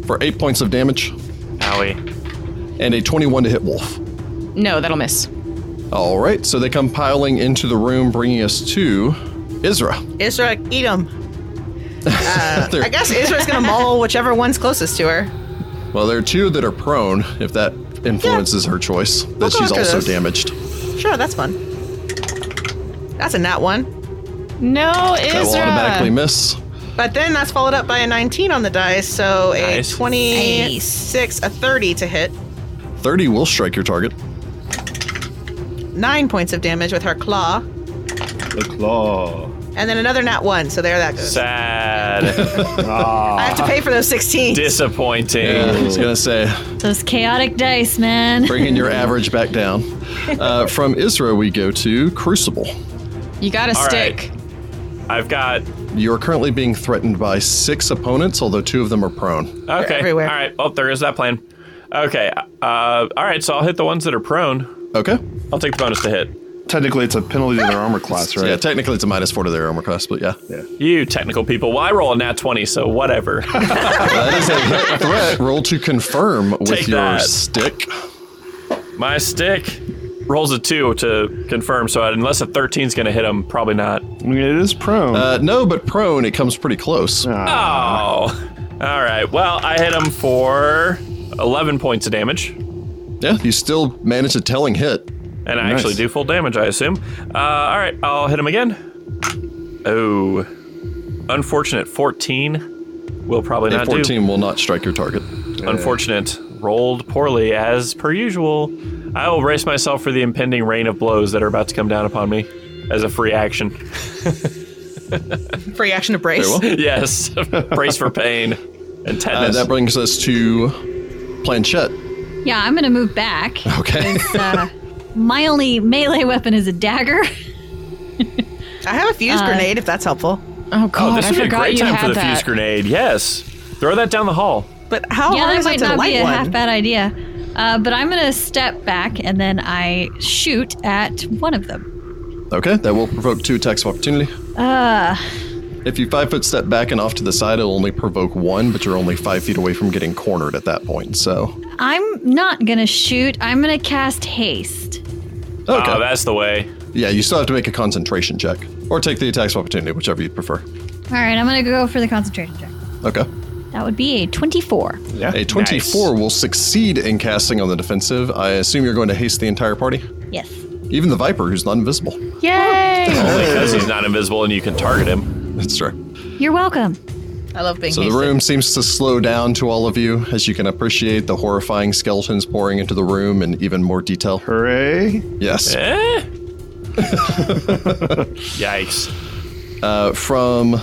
Speaker 1: for 8 points of damage,
Speaker 5: Owie.
Speaker 1: and a 21 to hit Wolf.
Speaker 2: no, that'll miss.
Speaker 1: All right, so they come piling into the room, bringing us to Isra.
Speaker 4: Isra, eat them.
Speaker 1: There-
Speaker 4: I guess Isra's going to maul whichever one's closest to her.
Speaker 1: Well, there are two that are prone, if that influences her choice, that
Speaker 4: We'll go
Speaker 1: she's
Speaker 4: after
Speaker 1: also
Speaker 4: this.
Speaker 1: damaged.
Speaker 4: Sure, that's fun. That's a nat one.
Speaker 2: No,
Speaker 1: That will automatically
Speaker 2: Isra.
Speaker 1: miss.
Speaker 4: But then that's followed up by a 19 on the dice, so a
Speaker 5: Nice.
Speaker 4: 26, a 30 to hit.
Speaker 1: 30 will strike your target.
Speaker 4: Nine points of damage with her claw.
Speaker 6: The claw.
Speaker 4: And then another nat one, so there that goes.
Speaker 5: Sad.
Speaker 4: I have to pay for those 16.
Speaker 5: Disappointing.
Speaker 1: Yeah, Uh, I was going to say,
Speaker 3: Those chaotic dice, man.
Speaker 1: bringing your average back down. Uh, from Isra, we go to Crucible.
Speaker 2: You got a
Speaker 5: All right.
Speaker 2: stick.
Speaker 5: I've got
Speaker 1: You are currently being threatened by six opponents, although two of them are prone.
Speaker 5: okay.
Speaker 4: everywhere.
Speaker 5: All right. Well, there is that plan. Okay. Uh, all right. So I'll hit the ones that are prone.
Speaker 1: Okay.
Speaker 5: I'll take the bonus to hit.
Speaker 6: Technically, it's a penalty to their armor class,
Speaker 1: Yeah,
Speaker 6: right?
Speaker 1: technically it's a minus four to their armor class, but yeah.
Speaker 5: You technical people. Well, I roll a nat twenty, so whatever.
Speaker 1: That is a hit threat. Roll to confirm with
Speaker 5: Take
Speaker 1: your
Speaker 5: that.
Speaker 1: stick.
Speaker 5: My stick rolls a two to confirm. So unless a 13's gonna hit him, probably not.
Speaker 6: I mean, it is prone. Ah,
Speaker 1: Uh, ah. no, but prone, it comes pretty close.
Speaker 5: Oh. All right. Well, I hit him for eleven points of damage.
Speaker 1: Yeah, you still manage a telling hit.
Speaker 5: And I actually do full damage, I assume. Uh, all right, I'll hit him again. Oh, unfortunate 14 will probably
Speaker 1: A
Speaker 5: not
Speaker 1: 14 will not strike your target.
Speaker 5: do. Unfortunate rolled poorly as per usual. I will brace myself for the impending rain of blows that are about to come down upon me as a free action.
Speaker 4: Free action to brace.
Speaker 1: Very well.
Speaker 5: yes, brace for pain and
Speaker 1: Uh,
Speaker 5: tetanus.
Speaker 1: that brings us to Planchette.
Speaker 3: Yeah, I'm gonna move back.
Speaker 1: Okay.
Speaker 3: Uh, my only melee weapon is a dagger.
Speaker 5: Oh,
Speaker 4: I have a fuse grenade if that's helpful.
Speaker 2: Oh
Speaker 5: oh,
Speaker 2: god,
Speaker 5: this
Speaker 2: I
Speaker 5: would be a
Speaker 2: forgot
Speaker 5: great
Speaker 2: you
Speaker 5: time
Speaker 2: had
Speaker 5: for the
Speaker 2: that.
Speaker 5: fuse grenade. Yes, throw that down the hall.
Speaker 4: But how
Speaker 3: yeah,
Speaker 4: hard
Speaker 3: that
Speaker 4: is it
Speaker 3: might
Speaker 4: to
Speaker 3: not
Speaker 4: light
Speaker 3: be a
Speaker 4: one?
Speaker 3: half bad idea. Uh, but I'm gonna step back and then I shoot at one of them.
Speaker 1: okay, that will provoke two attacks of opportunity.
Speaker 3: Uh,
Speaker 1: If you five foot step back and off to the side, it'll only provoke one, but you're only five feet away from getting cornered at that point. So,
Speaker 3: I'm not gonna shoot. I'm gonna cast haste.
Speaker 1: okay,
Speaker 5: Oh, that's the way.
Speaker 1: yeah, you still have to make a concentration check or take the attacks of opportunity, whichever you prefer.
Speaker 3: All right, I'm gonna go for the concentration check.
Speaker 1: Okay,
Speaker 3: That would be a 24.
Speaker 6: yeah.
Speaker 1: a 24 will succeed in casting on the defensive. I assume you're going to haste the entire party,
Speaker 3: Yes.
Speaker 1: even the Viper, who's not invisible.
Speaker 2: Yay!
Speaker 5: Only because he's not invisible and you can target him.
Speaker 1: That's true.
Speaker 3: You're welcome.
Speaker 4: I love being
Speaker 1: So the
Speaker 4: hasted.
Speaker 1: room seems to slow down to all of you as you can appreciate the horrifying skeletons pouring into the room in even more detail.
Speaker 6: Hooray.
Speaker 1: Yes.
Speaker 5: Eh? Yikes.
Speaker 1: Uh, from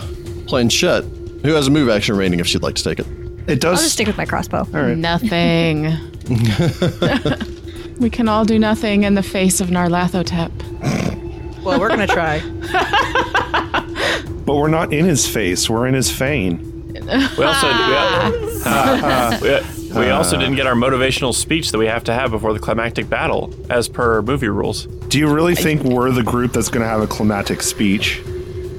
Speaker 1: Planchette, who has a move action remaining if she'd like to take it.
Speaker 6: It does.
Speaker 3: I'll just stick with my crossbow.
Speaker 2: Nothing. we can all do nothing in the face of Narlathotep.
Speaker 4: Well, we're going to try.
Speaker 6: But we're not in his face. We're in his fane.
Speaker 5: We also we,
Speaker 3: Ah.
Speaker 5: we, we also didn't get our motivational speech that we have to have before the climactic battle, as per movie rules.
Speaker 6: Do you really think we're the group that's going to have a climatic speech?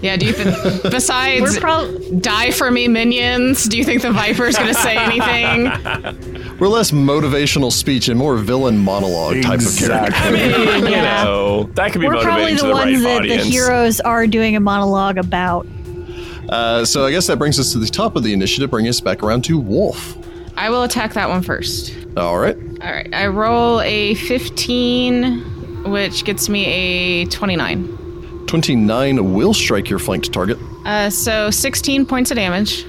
Speaker 2: Yeah, do you think, besides
Speaker 3: We're pro-
Speaker 2: die for me minions, do you think the Viper's gonna say anything?
Speaker 1: We're less motivational speech and more villain monologue type of character.
Speaker 5: You know, that could be
Speaker 3: We're probably
Speaker 5: motivating to
Speaker 3: the
Speaker 5: the right
Speaker 3: ones that
Speaker 5: audience.
Speaker 3: the heroes are doing a monologue about.
Speaker 1: Uh, so I guess that brings us to the top of the initiative, bringing us back around to Wolf.
Speaker 2: I will attack that one first.
Speaker 1: All right.
Speaker 2: All right, I roll a 15, which gets me a 29.
Speaker 1: 29 will strike your flanked target.
Speaker 2: Uh, so 16 points of damage.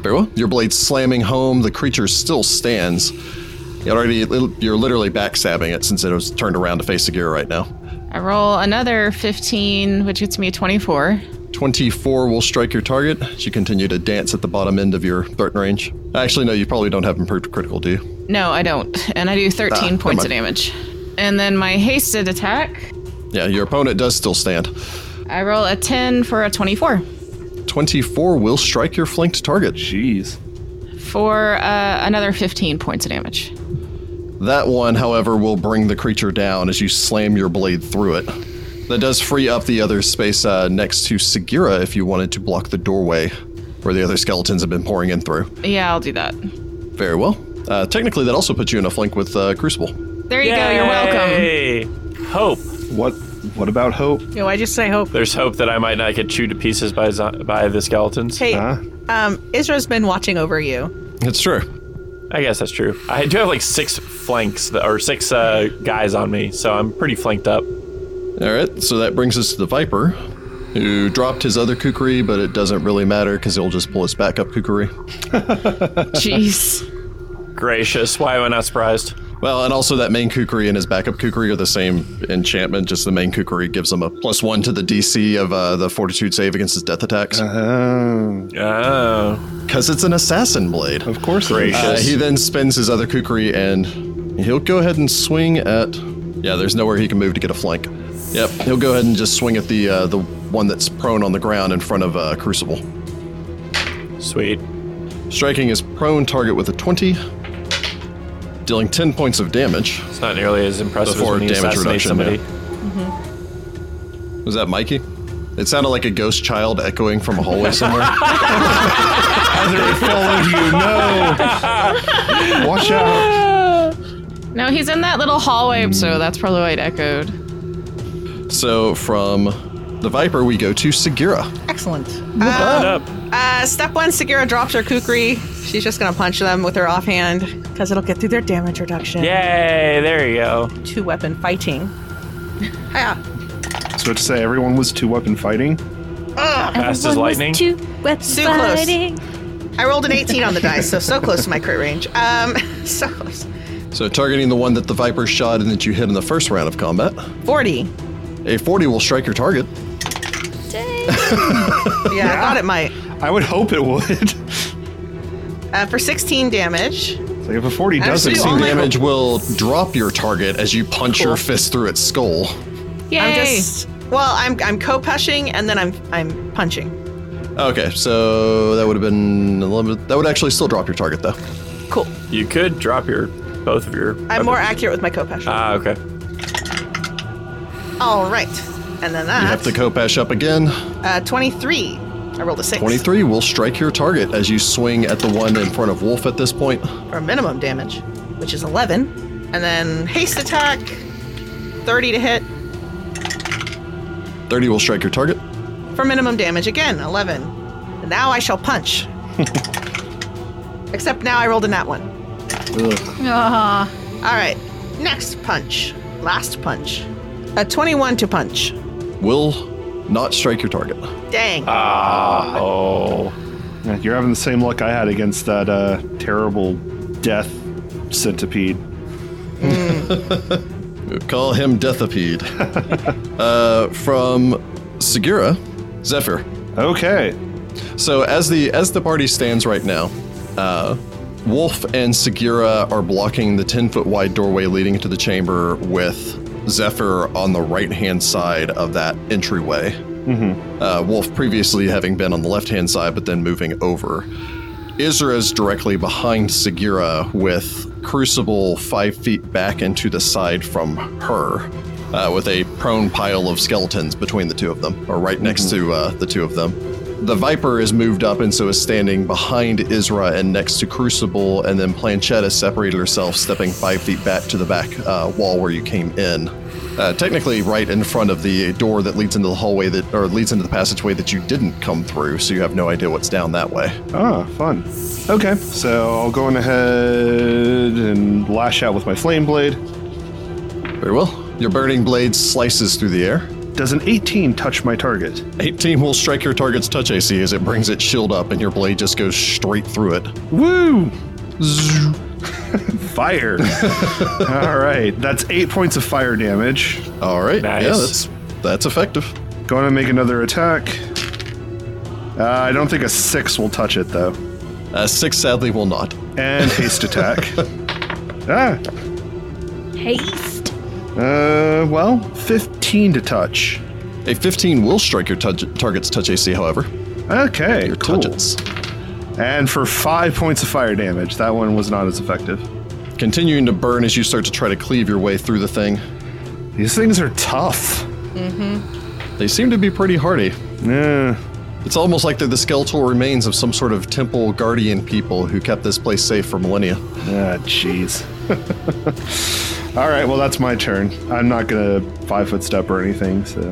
Speaker 1: Very well. Your blade slamming home, the creature still stands. You already, you're literally backstabbing it since it was turned around to face Agira right now.
Speaker 2: I roll another 15, which gets me a 24.
Speaker 1: 24 will strike your target. As you continue to dance at the bottom end of your threat range. Actually, no, you probably don't have improved critical, do you?
Speaker 2: No, I don't. And I do 13
Speaker 1: Ah,
Speaker 2: points
Speaker 1: never mind.
Speaker 2: of damage. And then my hasted attack,
Speaker 1: Yeah, your opponent does still stand.
Speaker 2: I roll a 10 for a 24.
Speaker 1: 24 will strike your flanked target.
Speaker 6: Jeez.
Speaker 2: For uh, another 15 points of damage.
Speaker 1: That one, however, will bring the creature down as you slam your blade through it. That does free up the other space uh, next to Segura if you wanted to block the doorway where the other skeletons have been pouring in through.
Speaker 2: Yeah, I'll do that.
Speaker 1: Very well. Uh, technically, that also puts you in a flank with uh, Crucible.
Speaker 2: There you go. You're welcome.
Speaker 5: welcome. Hope.
Speaker 6: What What about Hope?
Speaker 4: Yo, I just say hope.
Speaker 5: There's hope that I might not get chewed to pieces by zo- by the skeletons.
Speaker 4: Hey,
Speaker 6: Huh?
Speaker 4: um, Isra's been watching over you.
Speaker 1: It's true.
Speaker 5: I guess that's true. I do have like six flanks that, or six uh, guys on me, so I'm pretty flanked up.
Speaker 1: All right, so that brings us to the Viper, who dropped his other Kukri, but it doesn't really matter because he'll just pull his backup Kukri.
Speaker 2: Jeez.
Speaker 5: Gracious, why am I not surprised?
Speaker 1: Well, and also that main Kukri and his backup Kukri are the same enchantment, just the main Kukri gives him a plus one to the DC of uh, the Fortitude save against his death attacks.
Speaker 6: Oh,
Speaker 5: Oh,
Speaker 1: Because it's an assassin blade.
Speaker 6: of course. it is.
Speaker 1: Uh,
Speaker 5: Gracious.
Speaker 1: he then spins his other kukri and he'll go ahead and swing at. Yeah, there's nowhere he can move to get a flank. Yep, he'll go ahead and just swing at the uh, the one that's prone on the ground in front of uh, Crucible,
Speaker 5: sweet.
Speaker 1: striking his prone target with a 20, dealing 10 points of damage.
Speaker 5: It's not nearly as impressive
Speaker 1: Before
Speaker 5: as when you
Speaker 1: damage
Speaker 5: assassinate
Speaker 1: reduction,
Speaker 5: somebody.
Speaker 1: Was that Mikey? It sounded like a ghost child echoing from a hallway somewhere.
Speaker 6: Either it followed you. No. Watch out.
Speaker 2: No, he's in that little hallway, so that's probably why it echoed.
Speaker 1: so from the Viper, we go to Segura.
Speaker 4: Excellent.
Speaker 5: Shut
Speaker 4: Uh,
Speaker 1: Ah.
Speaker 5: up.
Speaker 4: uh, step one, Segura drops her kukri. She's just gonna punch them with her offhand because it'll get through their damage reduction.
Speaker 5: Yay! There you go.
Speaker 4: Two weapon fighting. Yeah.
Speaker 6: So to say, everyone was two weapon fighting.
Speaker 5: Fast as lightning.
Speaker 3: Two webs
Speaker 4: Too close.
Speaker 3: fighting.
Speaker 4: I rolled an 18 on the dice, so so close to my crit range. Um, so close.
Speaker 1: So targeting the one that the Viper shot and that you hit in the first round of combat,
Speaker 4: 40.
Speaker 1: a 40 will strike your target.
Speaker 4: Yeah, I thought it might.
Speaker 6: I would hope it would. It's
Speaker 4: Uh, for 16 damage.
Speaker 6: like if a forty does
Speaker 4: Actually,
Speaker 6: it,
Speaker 1: 16
Speaker 4: only-
Speaker 1: damage will drop your target as you punch your fist through its skull.
Speaker 2: Yay.
Speaker 4: I'm just well, I'm I'm co-pushing and then I'm I'm punching.
Speaker 1: Okay, so that would have been 11, that would actually still drop your target though.
Speaker 4: Cool.
Speaker 5: You could drop your both of your.
Speaker 4: I'm more
Speaker 5: weapons.
Speaker 4: accurate with my co-pushing.
Speaker 5: Ah, okay.
Speaker 4: All right. And then
Speaker 1: You have
Speaker 4: that
Speaker 1: to Kopesh up again.
Speaker 4: uh, 23. I rolled a 6
Speaker 1: 23 will strike your target as you swing at the one in front of Wolf at this point.
Speaker 4: for minimum damage, which is 11. And then haste attack 30 to hit
Speaker 1: 30 will strike your target.
Speaker 4: for minimum damage again, 11. And now I shall punch. Except now I rolled in that one.
Speaker 3: Aw.
Speaker 4: All right. Next punch. Last punch. A 21 to punch.
Speaker 1: Will not strike your target.
Speaker 4: Dang.
Speaker 5: Oh,
Speaker 6: Ah, Yeah, You're having the same luck I had against that uh, terrible death centipede.
Speaker 1: Call him Deathipede. uh, from Segura, Zephyr.
Speaker 6: Okay.
Speaker 1: So as the as the party stands right now, uh, Wolf and Segura are blocking the ten foot wide doorway leading into the chamber with Zephyr on the right hand side of that entryway. Uh, Wolf previously having been on the left hand side, but then moving over. Isra's directly behind Segura, with Crucible five feet back and to the side from her, uh, with a prone pile of skeletons between the two of them, or right next to uh, the two of them. The Viper is moved up and so is standing behind Isra and next to Crucible, and then Planchette has separated herself, stepping five feet back to the back uh, wall where you came in uh, technically right in front of the door that leads into the hallway that or leads into the passageway that you didn't come through so you have no idea what's down that way
Speaker 6: Ah, fun. Okay, so I'll go on ahead and lash out with my flame blade.
Speaker 1: very well your burning blade slices through the air
Speaker 6: Does an 18 touch my target?
Speaker 1: 18 will strike your target's touch ac as it brings its shield up and your blade just goes straight through it
Speaker 6: Woo! fire. All right, that's eight points of fire damage.
Speaker 1: all right yeah
Speaker 5: Nice.
Speaker 1: that's that's effective
Speaker 6: Going to make another attack. Uh, I don't think a six will touch it though.
Speaker 1: uh, six sadly will not
Speaker 6: And haste attack. ah,
Speaker 3: Haste.
Speaker 6: uh, well, 15 to touch.
Speaker 1: a 15 will strike your touch, target's touch ac however
Speaker 6: Okay,
Speaker 1: your
Speaker 6: cool.
Speaker 1: touches
Speaker 6: And for five points of fire damage, that one was not as effective.
Speaker 1: continuing to burn as you start to try to cleave your way through the thing
Speaker 6: These things are tough.
Speaker 1: they seem to be pretty hardy
Speaker 6: Yeah.
Speaker 1: It's almost like they're the skeletal remains of some sort of temple guardian people who kept this place safe for millennia.
Speaker 6: Ah, jeez. All right, well, that's my turn. I'm not gonna five foot step or anything. So,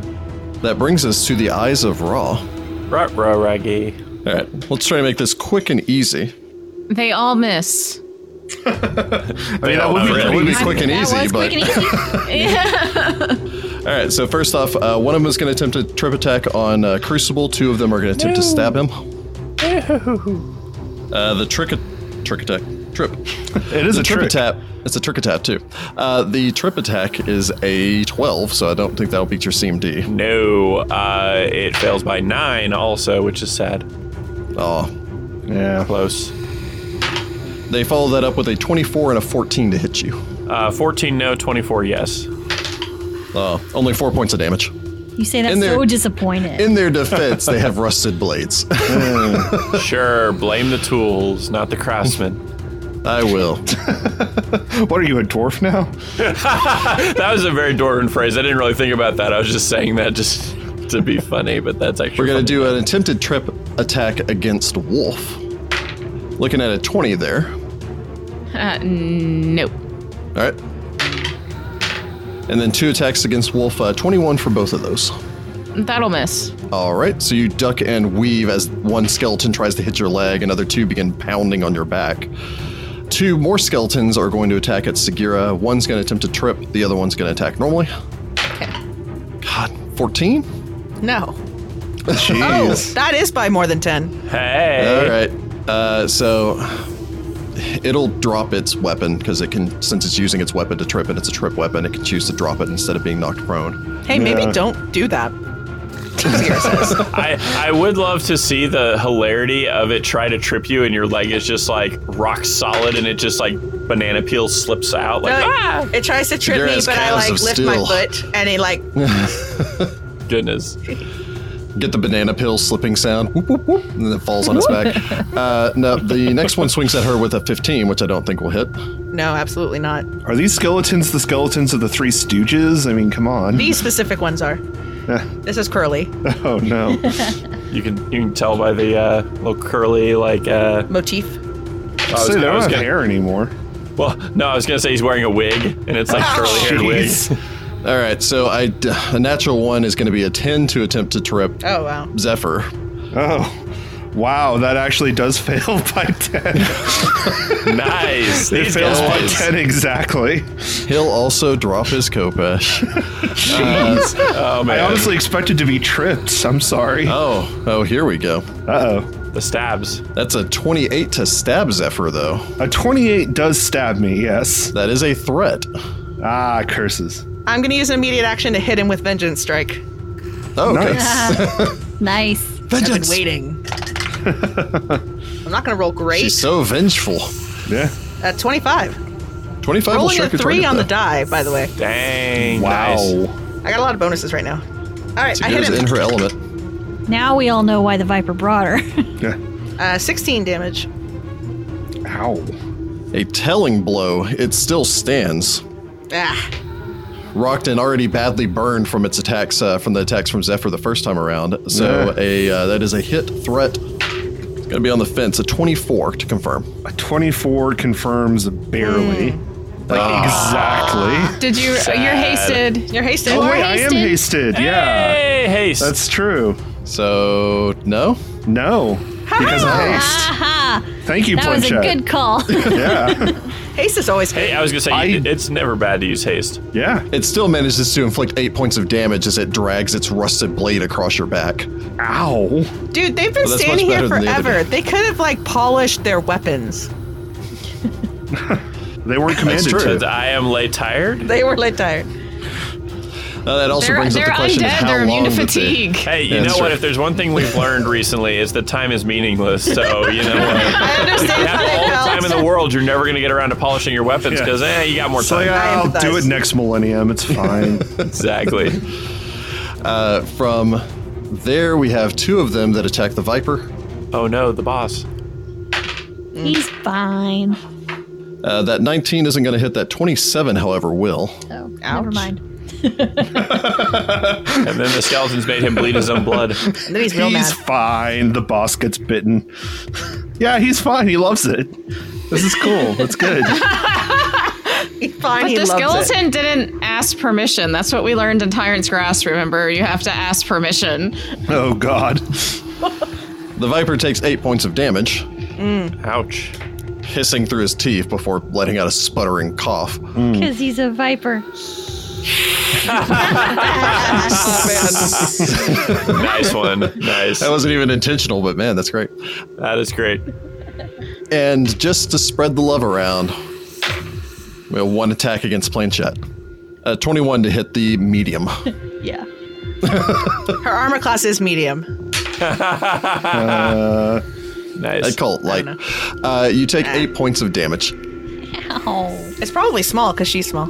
Speaker 1: That brings us to the eyes of Ra. All
Speaker 5: Ruh, ruh, raggy.
Speaker 1: right, let's try to make this quick and easy.
Speaker 2: They all miss.
Speaker 6: I mean, that would be
Speaker 1: It would be
Speaker 6: quick.
Speaker 1: quick and e- easy, but all right. So first off, uh, one of them is going to attempt a trip attack on uh, Crucible. Two of them are going to attempt to stab him. Uh, the trick, a- trick attack, trip.
Speaker 6: It is
Speaker 1: the
Speaker 6: a
Speaker 1: trip
Speaker 6: trick.
Speaker 1: attack. It's a trick attack too. Uh, the trip attack is a twelve, so I don't think that'll beat your CMD.
Speaker 5: No, uh, it fails by nine also, which is sad.
Speaker 1: Oh,
Speaker 6: Yeah.
Speaker 5: Close.
Speaker 1: They follow that up with a 24 and a 14 to hit you.
Speaker 5: Uh, 14 no, 24 yes.
Speaker 1: Uh, only four points of damage.
Speaker 3: You say that
Speaker 1: In there-
Speaker 3: so disappointed.
Speaker 1: In their defense, they have rusted blades.
Speaker 5: Sure, blame the tools, not the craftsman.
Speaker 1: I will.
Speaker 6: What are you, a dwarf now?
Speaker 5: that was a very Dwarven phrase. I didn't really think about that. I was just saying that just to be funny, but that's actually
Speaker 1: We're going
Speaker 5: funny.
Speaker 1: to do an attempted trip attack against Wolf. Looking at a 20 there.
Speaker 2: Uh, nope.
Speaker 1: All right. And then two attacks against Wolf, uh, 21 for both of those.
Speaker 2: That'll miss.
Speaker 1: All right, so you duck and weave as one skeleton tries to hit your leg, another two begin pounding on your back. Two more skeletons are going to attack at Segura. One's going to attempt to trip, the other one's going to attack normally. God, 14?
Speaker 4: No. Oh,
Speaker 1: Jeez.
Speaker 4: that is by more than 10.
Speaker 5: Hey.
Speaker 1: All right, uh, so it'll drop its weapon because it can, since it's using its weapon to trip and it's a trip weapon, it can choose to drop it instead of being knocked prone.
Speaker 4: Hey, maybe don't do that.
Speaker 5: I, I would love to see the hilarity of it try to trip you and your leg is just like rock solid and it just like banana peel slips out like
Speaker 4: Like,
Speaker 5: ah
Speaker 4: It tries to trip
Speaker 1: There
Speaker 4: me,
Speaker 1: is
Speaker 4: but I
Speaker 1: cows
Speaker 4: like
Speaker 1: of
Speaker 4: lift my
Speaker 1: steel.
Speaker 4: foot and he like
Speaker 5: goodness
Speaker 1: Get the banana pill slipping sound, whoop, whoop, whoop, and then it falls on its back. Uh, no, the next one swings at her with a 15, which I don't think will hit.
Speaker 4: No, absolutely not.
Speaker 6: Are these skeletons the skeletons of the Three Stooges? I mean, come on.
Speaker 4: These specific ones are. this is Curly.
Speaker 6: Oh no.
Speaker 5: you can you can tell by the uh, little curly like uh
Speaker 4: Motif.
Speaker 5: I was-
Speaker 6: Say
Speaker 5: I
Speaker 6: they don't
Speaker 5: was
Speaker 6: have
Speaker 5: gonna-
Speaker 6: hair anymore.
Speaker 5: well no I was gonna say he's wearing a wig and it's like curly haired wig
Speaker 6: Jeez.
Speaker 1: All right, so I, a natural one is going to be a 10 to attempt to trip
Speaker 4: Oh, wow.
Speaker 1: Zephyr.
Speaker 6: Oh. Wow, that actually does fail by 10.
Speaker 5: nice
Speaker 6: it
Speaker 5: These
Speaker 6: fails by
Speaker 5: guys.
Speaker 6: 10 exactly.
Speaker 1: He'll also drop his Kopesh.
Speaker 5: oh man
Speaker 6: I honestly expected to be tripped. I'm sorry. Uh
Speaker 1: Oh, oh, here we go.
Speaker 6: oh.
Speaker 5: the stabs
Speaker 1: That's a 28 to stab Zephyr, though.
Speaker 6: A 28 does stab me, yes.
Speaker 1: That is a threat.
Speaker 6: Ah, curses.
Speaker 4: I'm going to use an immediate action to hit him with Vengeance Strike.
Speaker 1: Oh, okay.
Speaker 6: Nice.
Speaker 3: nice.
Speaker 4: I've been waiting. I'm not going to roll great.
Speaker 1: She's so vengeful.
Speaker 6: yeah.
Speaker 4: At 25.
Speaker 1: 25 will
Speaker 4: Rolling a
Speaker 1: strike your
Speaker 4: 3
Speaker 1: target,
Speaker 4: on the
Speaker 1: though.
Speaker 4: die, by the way.
Speaker 5: dang
Speaker 6: Wow.
Speaker 5: nice.
Speaker 4: I got a lot of bonuses right now. All right, I hit
Speaker 1: Goes in
Speaker 4: him.
Speaker 1: her element.
Speaker 3: Now we all know why the viper brought her.
Speaker 6: Yeah.
Speaker 4: Uh, 16 damage.
Speaker 6: Ow.
Speaker 1: A telling blow, it still stands.
Speaker 4: Ah.
Speaker 1: Rockton already badly burned from its attacks uh, from the attacks from Zephyr the first time around. So
Speaker 6: Yeah.
Speaker 1: a uh, that is a hit threat. It's gonna be on the fence. A 24 to confirm.
Speaker 6: A 24 confirms barely.
Speaker 3: Hmm.
Speaker 6: Like,
Speaker 5: Ah.
Speaker 6: exactly.
Speaker 2: Did you? uh, You're hasted. You're hasted.
Speaker 6: Oh, wait, I am hasted. Yeah.
Speaker 5: Hey, haste.
Speaker 6: That's true.
Speaker 1: So no.
Speaker 6: No. Because of haste.
Speaker 3: Aha!
Speaker 6: Thank you,
Speaker 3: That was a
Speaker 6: Planchette.
Speaker 3: good call.
Speaker 6: Yeah.
Speaker 4: Haste is always
Speaker 5: hey, I was gonna say
Speaker 6: I-
Speaker 5: it- it's never bad to use haste.
Speaker 6: Yeah.
Speaker 1: It still manages to inflict eight points of damage as it drags its rusted blade across your back. Uh,
Speaker 6: Ow.
Speaker 4: Dude, they've been
Speaker 1: Well, that's
Speaker 4: standing
Speaker 1: much better
Speaker 4: here
Speaker 1: than the other
Speaker 4: forever. They could have like polished their weapons.
Speaker 6: They weren't commanded
Speaker 1: true.
Speaker 6: to.
Speaker 5: Since I am lay tired.
Speaker 4: They were lit tired.
Speaker 1: Uh, that also
Speaker 2: They're,
Speaker 1: brings
Speaker 2: they're
Speaker 1: up the question of
Speaker 2: undead.
Speaker 1: how
Speaker 2: They're
Speaker 1: long
Speaker 2: immune to
Speaker 1: that they-
Speaker 2: fatigue.
Speaker 5: Hey, you
Speaker 1: Yeah,
Speaker 5: know
Speaker 1: that's
Speaker 5: what?
Speaker 1: true.
Speaker 5: If there's one thing we've learned recently, is that time is meaningless. So you know what?
Speaker 4: I
Speaker 5: You
Speaker 4: understand
Speaker 5: have all the
Speaker 4: how
Speaker 5: time
Speaker 4: they
Speaker 5: in
Speaker 4: felt.
Speaker 5: the world. You're never gonna get around to polishing your weapons
Speaker 6: Yeah.
Speaker 5: because eh, you got more
Speaker 6: It's like,
Speaker 5: time.
Speaker 6: I'll
Speaker 4: empathize.
Speaker 6: do it next millennium. It's fine.
Speaker 5: exactly.
Speaker 1: Uh, from there, we have two of them that attack the Viper.
Speaker 5: Oh no, the boss.
Speaker 3: He's fine.
Speaker 1: Uh, that 19 isn't going to hit. That 27, however, will.
Speaker 3: Oh, never
Speaker 4: Ouch.
Speaker 3: mind.
Speaker 5: And then the skeletons made him bleed his own blood.
Speaker 4: And then he's real
Speaker 6: he's
Speaker 4: mad.
Speaker 6: fine. The boss gets bitten. Yeah, he's fine. He loves it. This is cool. That's good.
Speaker 4: He's fine.
Speaker 2: But
Speaker 4: he
Speaker 2: the
Speaker 4: loves it.
Speaker 2: skeleton didn't ask permission. That's what we learned in Tyrant's Grasp. Remember, you have to ask permission.
Speaker 6: oh God.
Speaker 1: The Viper takes eight points of damage,
Speaker 5: Ouch.
Speaker 1: hissing through his teeth before letting out a sputtering cough.
Speaker 6: Mm.
Speaker 3: Because he's a viper.
Speaker 5: Nice one. Nice.
Speaker 1: That wasn't even intentional, but man, that's great.
Speaker 5: that is great.
Speaker 1: And just to spread the love around, we have one attack against Planchette. Uh, 21 to hit the medium.
Speaker 3: Yeah.
Speaker 4: Her armor class is medium.
Speaker 1: I
Speaker 5: Nice.
Speaker 1: call it light. Uh, you take eight points of damage.
Speaker 3: Oh.
Speaker 4: It's probably small because she's small.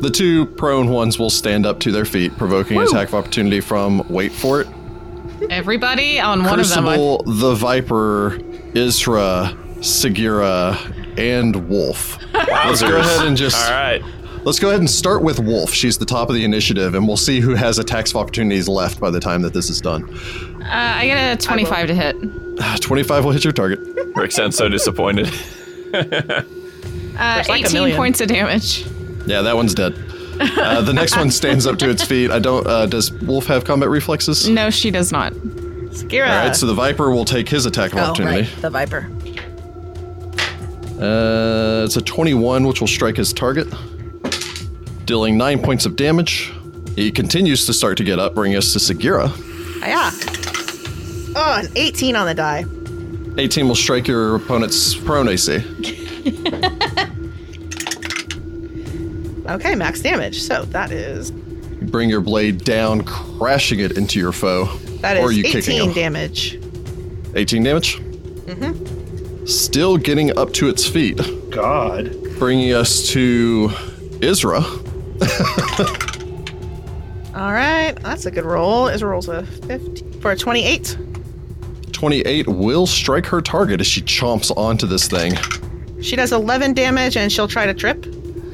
Speaker 1: The two prone ones will stand up to their feet, provoking an attack of opportunity from, wait for it,
Speaker 2: Everybody on one of them. I-
Speaker 1: Crucible, the Viper, Isra, Segura, and Wolf. Let's go ahead and just
Speaker 5: All right.
Speaker 1: let's go ahead and start with Wolf. She's the top of the initiative, and we'll see who has attacks of opportunities left by the time that this is done.
Speaker 2: Uh, I get a 25 to hit.
Speaker 1: Ah, Twenty-five will hit your target.
Speaker 5: Rick sounds so disappointed.
Speaker 2: Uh,
Speaker 4: like a
Speaker 2: 18
Speaker 4: million.
Speaker 2: points of damage.
Speaker 1: Yeah, that one's dead. Uh, the next one stands up to its feet. I don't. Uh, does Wolf have combat reflexes?
Speaker 2: No, she does not.
Speaker 4: Skira.
Speaker 1: All right, so the Viper will take his attack of
Speaker 4: oh,
Speaker 1: opportunity.
Speaker 4: right. The viper.
Speaker 1: Uh, it's a 21, which will strike his target, dealing nine points of damage. He continues to start to get up, bringing us to Segura.
Speaker 4: Ah, Yeah. Oh, an 18 on the die.
Speaker 1: 18 will strike your opponent's prone AC.
Speaker 4: Okay, max damage. So that is
Speaker 1: You bring your blade down, crashing it into your foe.
Speaker 4: that
Speaker 1: or
Speaker 4: is
Speaker 1: you kicking
Speaker 4: 18
Speaker 1: him.
Speaker 4: damage.
Speaker 1: 18 damage.
Speaker 4: Mm-hmm.
Speaker 1: Still getting up to its feet,
Speaker 6: God.
Speaker 1: bringing us to Isra.
Speaker 4: All right, that's a good roll. Is rolls a 15 for a 28.
Speaker 1: 28 will strike her target as she chomps onto this thing.
Speaker 4: She does 11 damage and she'll try to trip.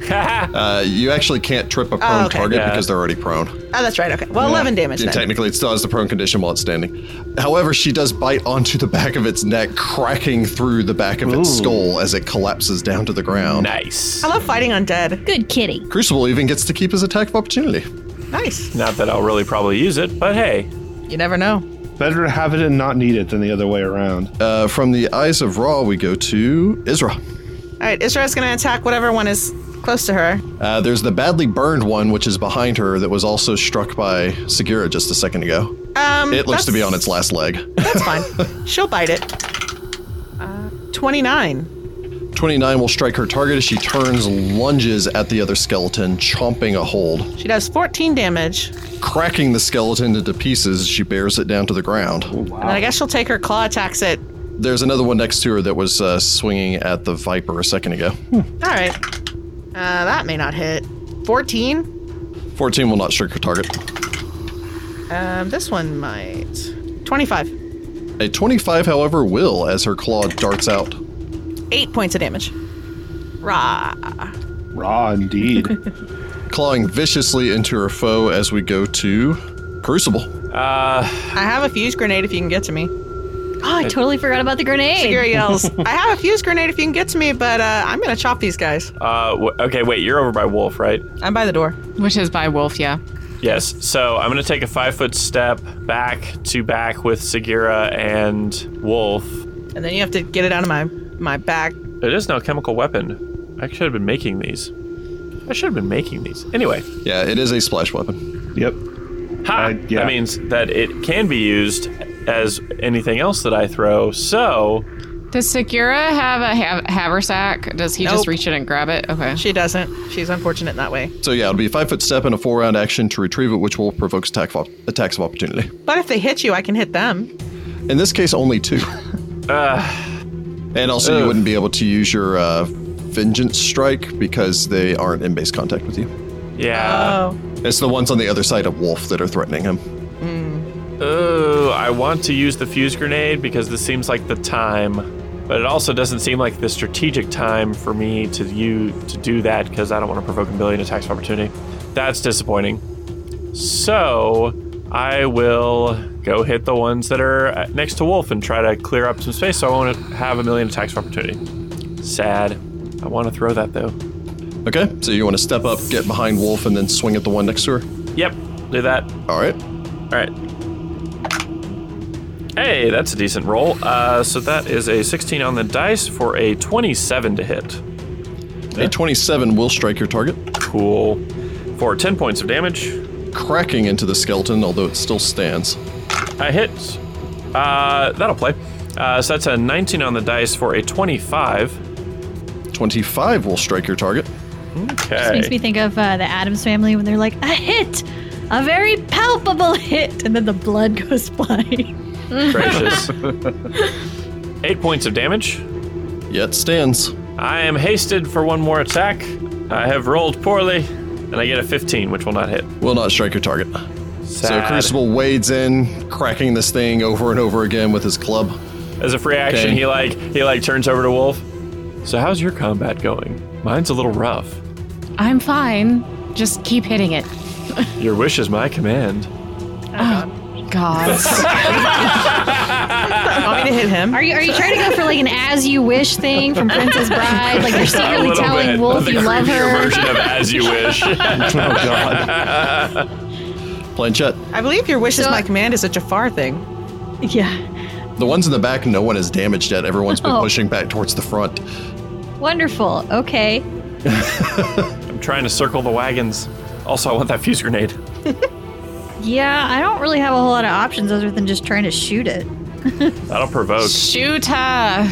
Speaker 1: Uh, you actually can't trip a prone
Speaker 4: Oh, okay.
Speaker 1: target
Speaker 5: Yeah.
Speaker 1: because they're already prone.
Speaker 4: Oh, that's right. Okay. Well, 11 damage
Speaker 1: Yeah,
Speaker 4: then.
Speaker 1: technically, it still has the prone condition while it's standing. However, she does bite onto the back of its neck, cracking through the back of its skull as it collapses down to the ground.
Speaker 5: nice.
Speaker 4: I love fighting undead.
Speaker 3: Good kitty.
Speaker 1: Crucible even gets to keep his attack of opportunity.
Speaker 4: Nice.
Speaker 5: Not that I'll really probably use it, but hey,
Speaker 4: You never know.
Speaker 6: Better to have it and not need it than the other way around.
Speaker 1: Uh, from the eyes of Ra, we go to Isra.
Speaker 4: All right, Israel's going to attack whatever one is close to her.
Speaker 1: Uh, there's the badly burned one, which is behind her, that was also struck by Segura just a second ago.
Speaker 4: Um,
Speaker 1: It looks to be
Speaker 4: that's-
Speaker 1: on its last leg.
Speaker 4: That's fine. She'll bite it. Uh, 29.
Speaker 1: 29 will strike her target as she turns, lunges at the other skeleton, chomping a hold.
Speaker 4: She does 14 damage.
Speaker 1: cracking the skeleton into pieces, she bears it down to the ground.
Speaker 4: And then I guess she'll take her claw attacks at. All
Speaker 1: There's another one next to her that was uh, swinging at the viper a second ago.
Speaker 4: right. Uh, that may not hit. 14.
Speaker 1: 14 will not strike her target.
Speaker 4: Um, this one might. 25.
Speaker 1: A 25, however, will as her claw darts out.
Speaker 4: Eight points of damage. Rah.
Speaker 6: Raw indeed.
Speaker 1: clawing viciously into her foe as we go to Crucible.
Speaker 4: I have a fuse grenade if you can get to me.
Speaker 3: Oh, I totally forgot about the
Speaker 4: Segura
Speaker 3: grenade.
Speaker 4: yells, I have a fuse grenade if you can get to me, but uh, I'm going to chop these guys.
Speaker 5: Uh, w- okay, wait, you're over by Wolf, right?
Speaker 4: I'm by the door.
Speaker 2: Which is by Wolf, yeah.
Speaker 5: Yes. So I'm going to take a five foot step back to back with Segura and Wolf.
Speaker 4: And then you have to get it out of my, my back.
Speaker 5: It is now a chemical weapon. I should have been making these. I should have been making these. Anyway,
Speaker 1: Yeah, it is a splash weapon.
Speaker 6: yep.
Speaker 5: ha!
Speaker 6: Uh, yeah.
Speaker 5: That means that it can be used as anything else that I throw. So
Speaker 2: Does Segura have a ha- haversack? Does he
Speaker 4: Nope.
Speaker 2: just reach in and grab it? Okay.
Speaker 4: She doesn't. She's unfortunate in that way.
Speaker 1: So yeah, it'll be a five foot step and a four round action to retrieve it, which will provoke attack of, attacks of opportunity.
Speaker 4: But if they hit you, I can hit them.
Speaker 1: In this case, only two. and also, you
Speaker 5: Ugh.
Speaker 1: wouldn't be able to use your uh, vengeance strike because they aren't in base contact with you.
Speaker 5: yeah.
Speaker 4: oh.
Speaker 1: It's the ones on the other side of Wolf that are threatening him.
Speaker 5: Oh, I want to use the fuse grenade because this seems like the time, but it also doesn't seem like the strategic time for me to you to do that because I don't want to provoke a million attacks of opportunity. That's disappointing. So I will go hit the ones that are uh, next to Wolf and try to clear up some space so I won't have a million attacks of opportunity. Sad. I want to throw that though.
Speaker 1: Okay, so you want to step up, get behind Wolf, and then swing at the one next to her.
Speaker 5: Yep, do that.
Speaker 1: All right.
Speaker 5: All right. Hey, that's a decent roll. Uh, so that is a 16 on the dice for a 27 to hit.
Speaker 1: A 27 will strike your target,
Speaker 5: Cool. For 10 points of damage,
Speaker 1: cracking into the skeleton, although it still stands.
Speaker 5: I hit. Uh, that'll play. Uh, so that's a 19 on the dice for a 25.
Speaker 1: 25 will strike your target.
Speaker 3: This makes me
Speaker 5: Okay.
Speaker 3: think of uh, the Adams family when they're like, a hit, a very palpable hit, and then the blood goes flying.
Speaker 5: Gracious. Eight points of damage.
Speaker 1: Yet stands.
Speaker 5: I am hasted for one more attack. I have rolled poorly, and I get a 15, which will not hit.
Speaker 1: Will not strike your target. So
Speaker 5: Sad.
Speaker 1: Crucible wades in, cracking this thing over and over again with his club.
Speaker 5: As a free action,
Speaker 1: Okay.
Speaker 5: he like he like turns over to Wolf. So how's your combat going? Mine's a little rough.
Speaker 2: I'm fine. Just keep hitting it.
Speaker 5: Your wish is my command.
Speaker 2: God.
Speaker 4: Want me to hit him?
Speaker 3: Are you are you trying to go for like an as you wish thing from Princess Bride? Like you're
Speaker 5: A
Speaker 3: secretly
Speaker 5: little
Speaker 3: telling
Speaker 5: bit.
Speaker 3: Wolf
Speaker 5: the
Speaker 3: you love
Speaker 5: creepier
Speaker 3: her?
Speaker 5: version of as you wish.
Speaker 6: Oh god.
Speaker 1: Planchette.
Speaker 4: I believe your wish is
Speaker 3: So-
Speaker 4: my command is a Jafar thing.
Speaker 3: Yeah.
Speaker 1: The ones in the back, no one is damaged yet. Everyone's been
Speaker 3: Oh.
Speaker 1: pushing back towards the front.
Speaker 3: Wonderful. Okay.
Speaker 5: I'm trying to circle the wagons. Also, I want that fuse grenade.
Speaker 3: Yeah, I don't really have a whole lot of options other than just trying to shoot it.
Speaker 5: That'll provoke.
Speaker 2: Shoot her.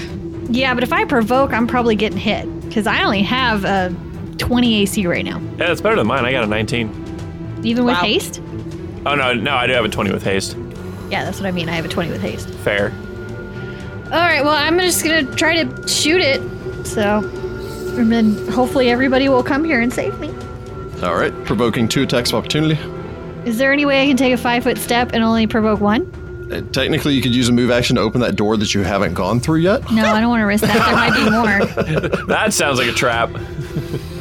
Speaker 3: Yeah, but if I provoke, I'm probably getting hit because I only have a 20 AC right now,
Speaker 5: Yeah, that's better than mine. I got a 19.
Speaker 3: even with
Speaker 4: Wow.
Speaker 3: haste.
Speaker 5: Oh no, no, I do have a 20 with haste.
Speaker 3: Yeah, that's what I mean. I have a 20 with haste.
Speaker 5: Fair.
Speaker 3: All right. Well, I'm just gonna try to shoot it. So, and then hopefully everybody will come here and save me.
Speaker 1: All right, provoking two attacks of opportunity.
Speaker 3: Is there any way I can take a five foot step and only provoke one?
Speaker 1: Uh, Technically, you could use a move action to open that door that you haven't gone through yet.
Speaker 3: No, I don't want to risk that. There might be more.
Speaker 5: That sounds like a trap.
Speaker 3: All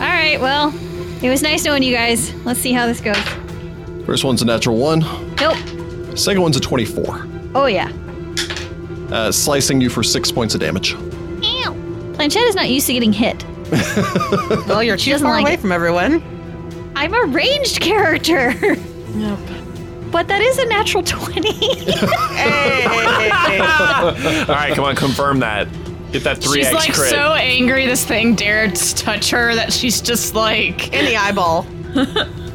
Speaker 3: right. Well, it was nice knowing you guys. Let's see how this goes.
Speaker 1: First one's a natural one.
Speaker 3: Nope.
Speaker 1: Second one's a 24,
Speaker 3: Oh yeah.
Speaker 1: uh, slicing you for six points of damage.
Speaker 3: Ow. Planchette is not used to getting hit.
Speaker 4: Well, Oh, you're too
Speaker 3: doesn't
Speaker 4: far
Speaker 3: like
Speaker 4: away
Speaker 3: it.
Speaker 4: from everyone.
Speaker 3: I'm a ranged character. Yep. But that is a natural 20.
Speaker 5: All right, come on, confirm that. Get that 3x
Speaker 2: She's like
Speaker 5: crit.
Speaker 2: so angry this thing dared to touch her that she's just like
Speaker 4: In the eyeball.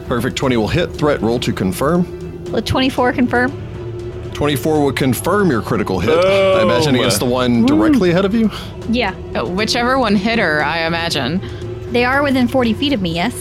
Speaker 1: Perfect 20 will hit. Threat roll to confirm.
Speaker 3: Will 24 confirm?
Speaker 1: 24 will confirm your critical hit. I imagine
Speaker 5: Boom.
Speaker 1: against the one directly ahead of you.
Speaker 3: Yeah.
Speaker 2: whichever one hit her, I imagine.
Speaker 3: They are within 40 feet of me, yes?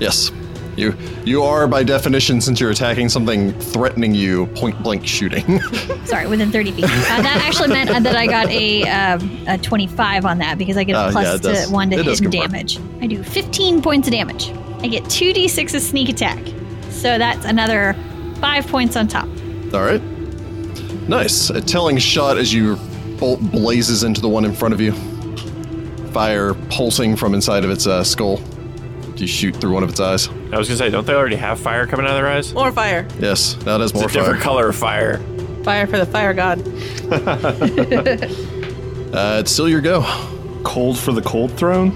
Speaker 1: Yes. You you are by definition since you're attacking something threatening you point blank shooting.
Speaker 3: Sorry, within 30 feet. Uh, that actually meant uh, that I got a, um, a 25 on that because I get a
Speaker 1: Oh, yeah,
Speaker 3: plus
Speaker 1: it does.
Speaker 3: to 1 to
Speaker 1: It does
Speaker 3: hit and
Speaker 1: confirm.
Speaker 3: damage. I do 15 points of damage. I get 2d6 of sneak attack. So that's another 5 points on top.
Speaker 1: All right. Nice. A telling shot as your bolt blazes into the one in front of you. Fire pulsing from inside of its uh, skull. You shoot through one of its eyes.
Speaker 5: I was gonna say, don't they already have fire coming out of their eyes?
Speaker 4: More fire.
Speaker 1: Yes, that is
Speaker 5: It's
Speaker 1: more
Speaker 5: a different
Speaker 1: fire.
Speaker 5: color of fire.
Speaker 4: Fire for the fire god.
Speaker 1: Uh, it's still your go.
Speaker 6: Cold for the cold throne?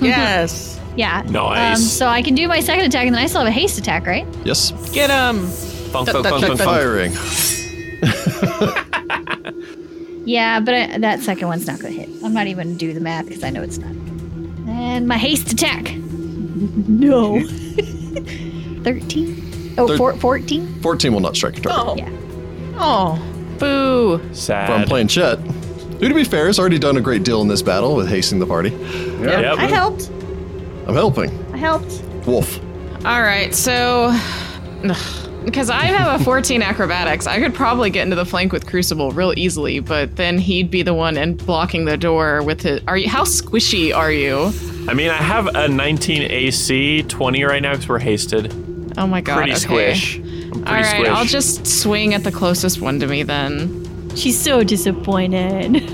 Speaker 4: Yes.
Speaker 3: Yeah.
Speaker 5: Nice.
Speaker 3: Um, so I can do my second attack, and then I still have a haste attack, right?
Speaker 1: Yes.
Speaker 4: Get him.
Speaker 5: Funk,
Speaker 4: Duck, duck,
Speaker 5: funk, funk,
Speaker 4: duck, duck.
Speaker 5: funk, funk.
Speaker 1: Firing.
Speaker 3: Yeah, but I, that second one's not gonna hit. I'm not even gonna do the math because I know it's not. And my haste attack. No. Thirteen. Oh,
Speaker 1: Thir-
Speaker 3: four, 14?
Speaker 1: 14 will not strike a target.
Speaker 4: Oh.
Speaker 3: Yeah.
Speaker 4: Oh.
Speaker 2: Boo.
Speaker 1: From
Speaker 5: Sad.
Speaker 1: playing Chet, who to be fair has already done a great deal in this battle with hasting the party.
Speaker 5: Yep.
Speaker 3: I helped.
Speaker 1: I'm helping.
Speaker 3: I helped.
Speaker 1: Wolf.
Speaker 2: All right, so because I have a 14 acrobatics, I could probably get into the flank with Crucible real easily, but then he'd be the one and blocking the door with his. Are you how squishy are you?
Speaker 5: I mean, I have a 19 AC, 20 right now because we're hasted.
Speaker 2: Oh my god.
Speaker 5: Pretty
Speaker 2: okay.
Speaker 5: squish. I'm pretty
Speaker 2: All right,
Speaker 5: squish.
Speaker 2: I'll just swing at the closest one to me then.
Speaker 7: She's so disappointed.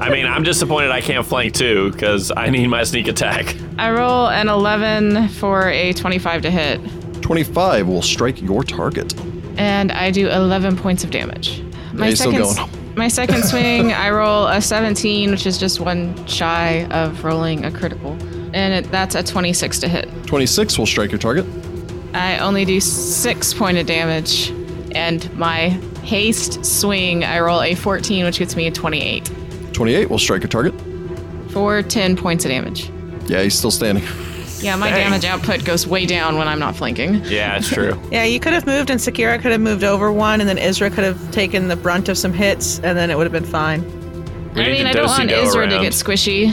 Speaker 5: I mean, I'm disappointed I can't flank too because I need my sneak attack.
Speaker 2: I roll an 11 for a 25 to hit,
Speaker 1: 25 will strike your target.
Speaker 2: and I do 11 points of damage. My
Speaker 1: Yeah, you're still
Speaker 2: s-
Speaker 1: going.
Speaker 2: My second swing, I roll a 17, which is just one shy of rolling a critical. And it, that's a 26 to hit.
Speaker 1: 26 will strike your target.
Speaker 2: I only do six point of damage, and my haste swing, I roll a 14, which gets me a 28
Speaker 1: 28 will strike your target.
Speaker 2: for 10 points of damage.
Speaker 1: Yeah, he's still standing.
Speaker 2: Yeah, my
Speaker 5: Dang.
Speaker 2: damage output goes way down when I'm not flanking.
Speaker 5: Yeah, it's true.
Speaker 4: Yeah, you could have moved, and Sakira could have moved over one, and then Isra could have taken the brunt of some hits, and then it would have been fine.
Speaker 5: We
Speaker 2: I
Speaker 5: need
Speaker 2: mean,
Speaker 5: to
Speaker 2: I don't want
Speaker 5: dosey-go
Speaker 2: Isra to
Speaker 5: around.
Speaker 2: get squishy.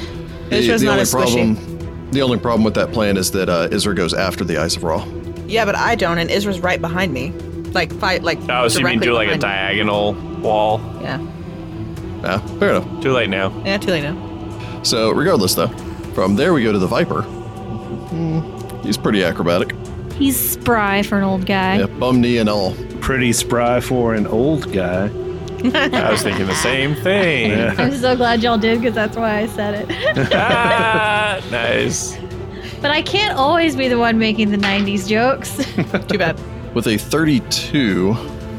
Speaker 4: Isra's not as squishy.
Speaker 1: problem, the only problem with that plan is that uh, Isra goes after the Eyes of Ra.
Speaker 4: Yeah, but I don't, and Isra's right behind me. Like, fight, like.
Speaker 5: Oh, so you mean
Speaker 4: directly
Speaker 5: do like a
Speaker 4: behind
Speaker 5: diagonal wall?
Speaker 4: me. Yeah.
Speaker 1: Ah, fair enough.
Speaker 5: Too late now.
Speaker 4: Yeah, too late now.
Speaker 1: So, regardless, though, from there we go to the Viper. Hmm, He's pretty acrobatic.
Speaker 7: He's spry for an old guy.
Speaker 1: Yeah, bum knee and all.
Speaker 6: Pretty spry for an old guy.
Speaker 5: I was thinking the same thing.
Speaker 3: I'm so glad y'all did because that's why I said it.
Speaker 5: Ah, nice.
Speaker 3: but I can't always be the one making the 90s jokes.
Speaker 4: Too bad.
Speaker 1: With a 32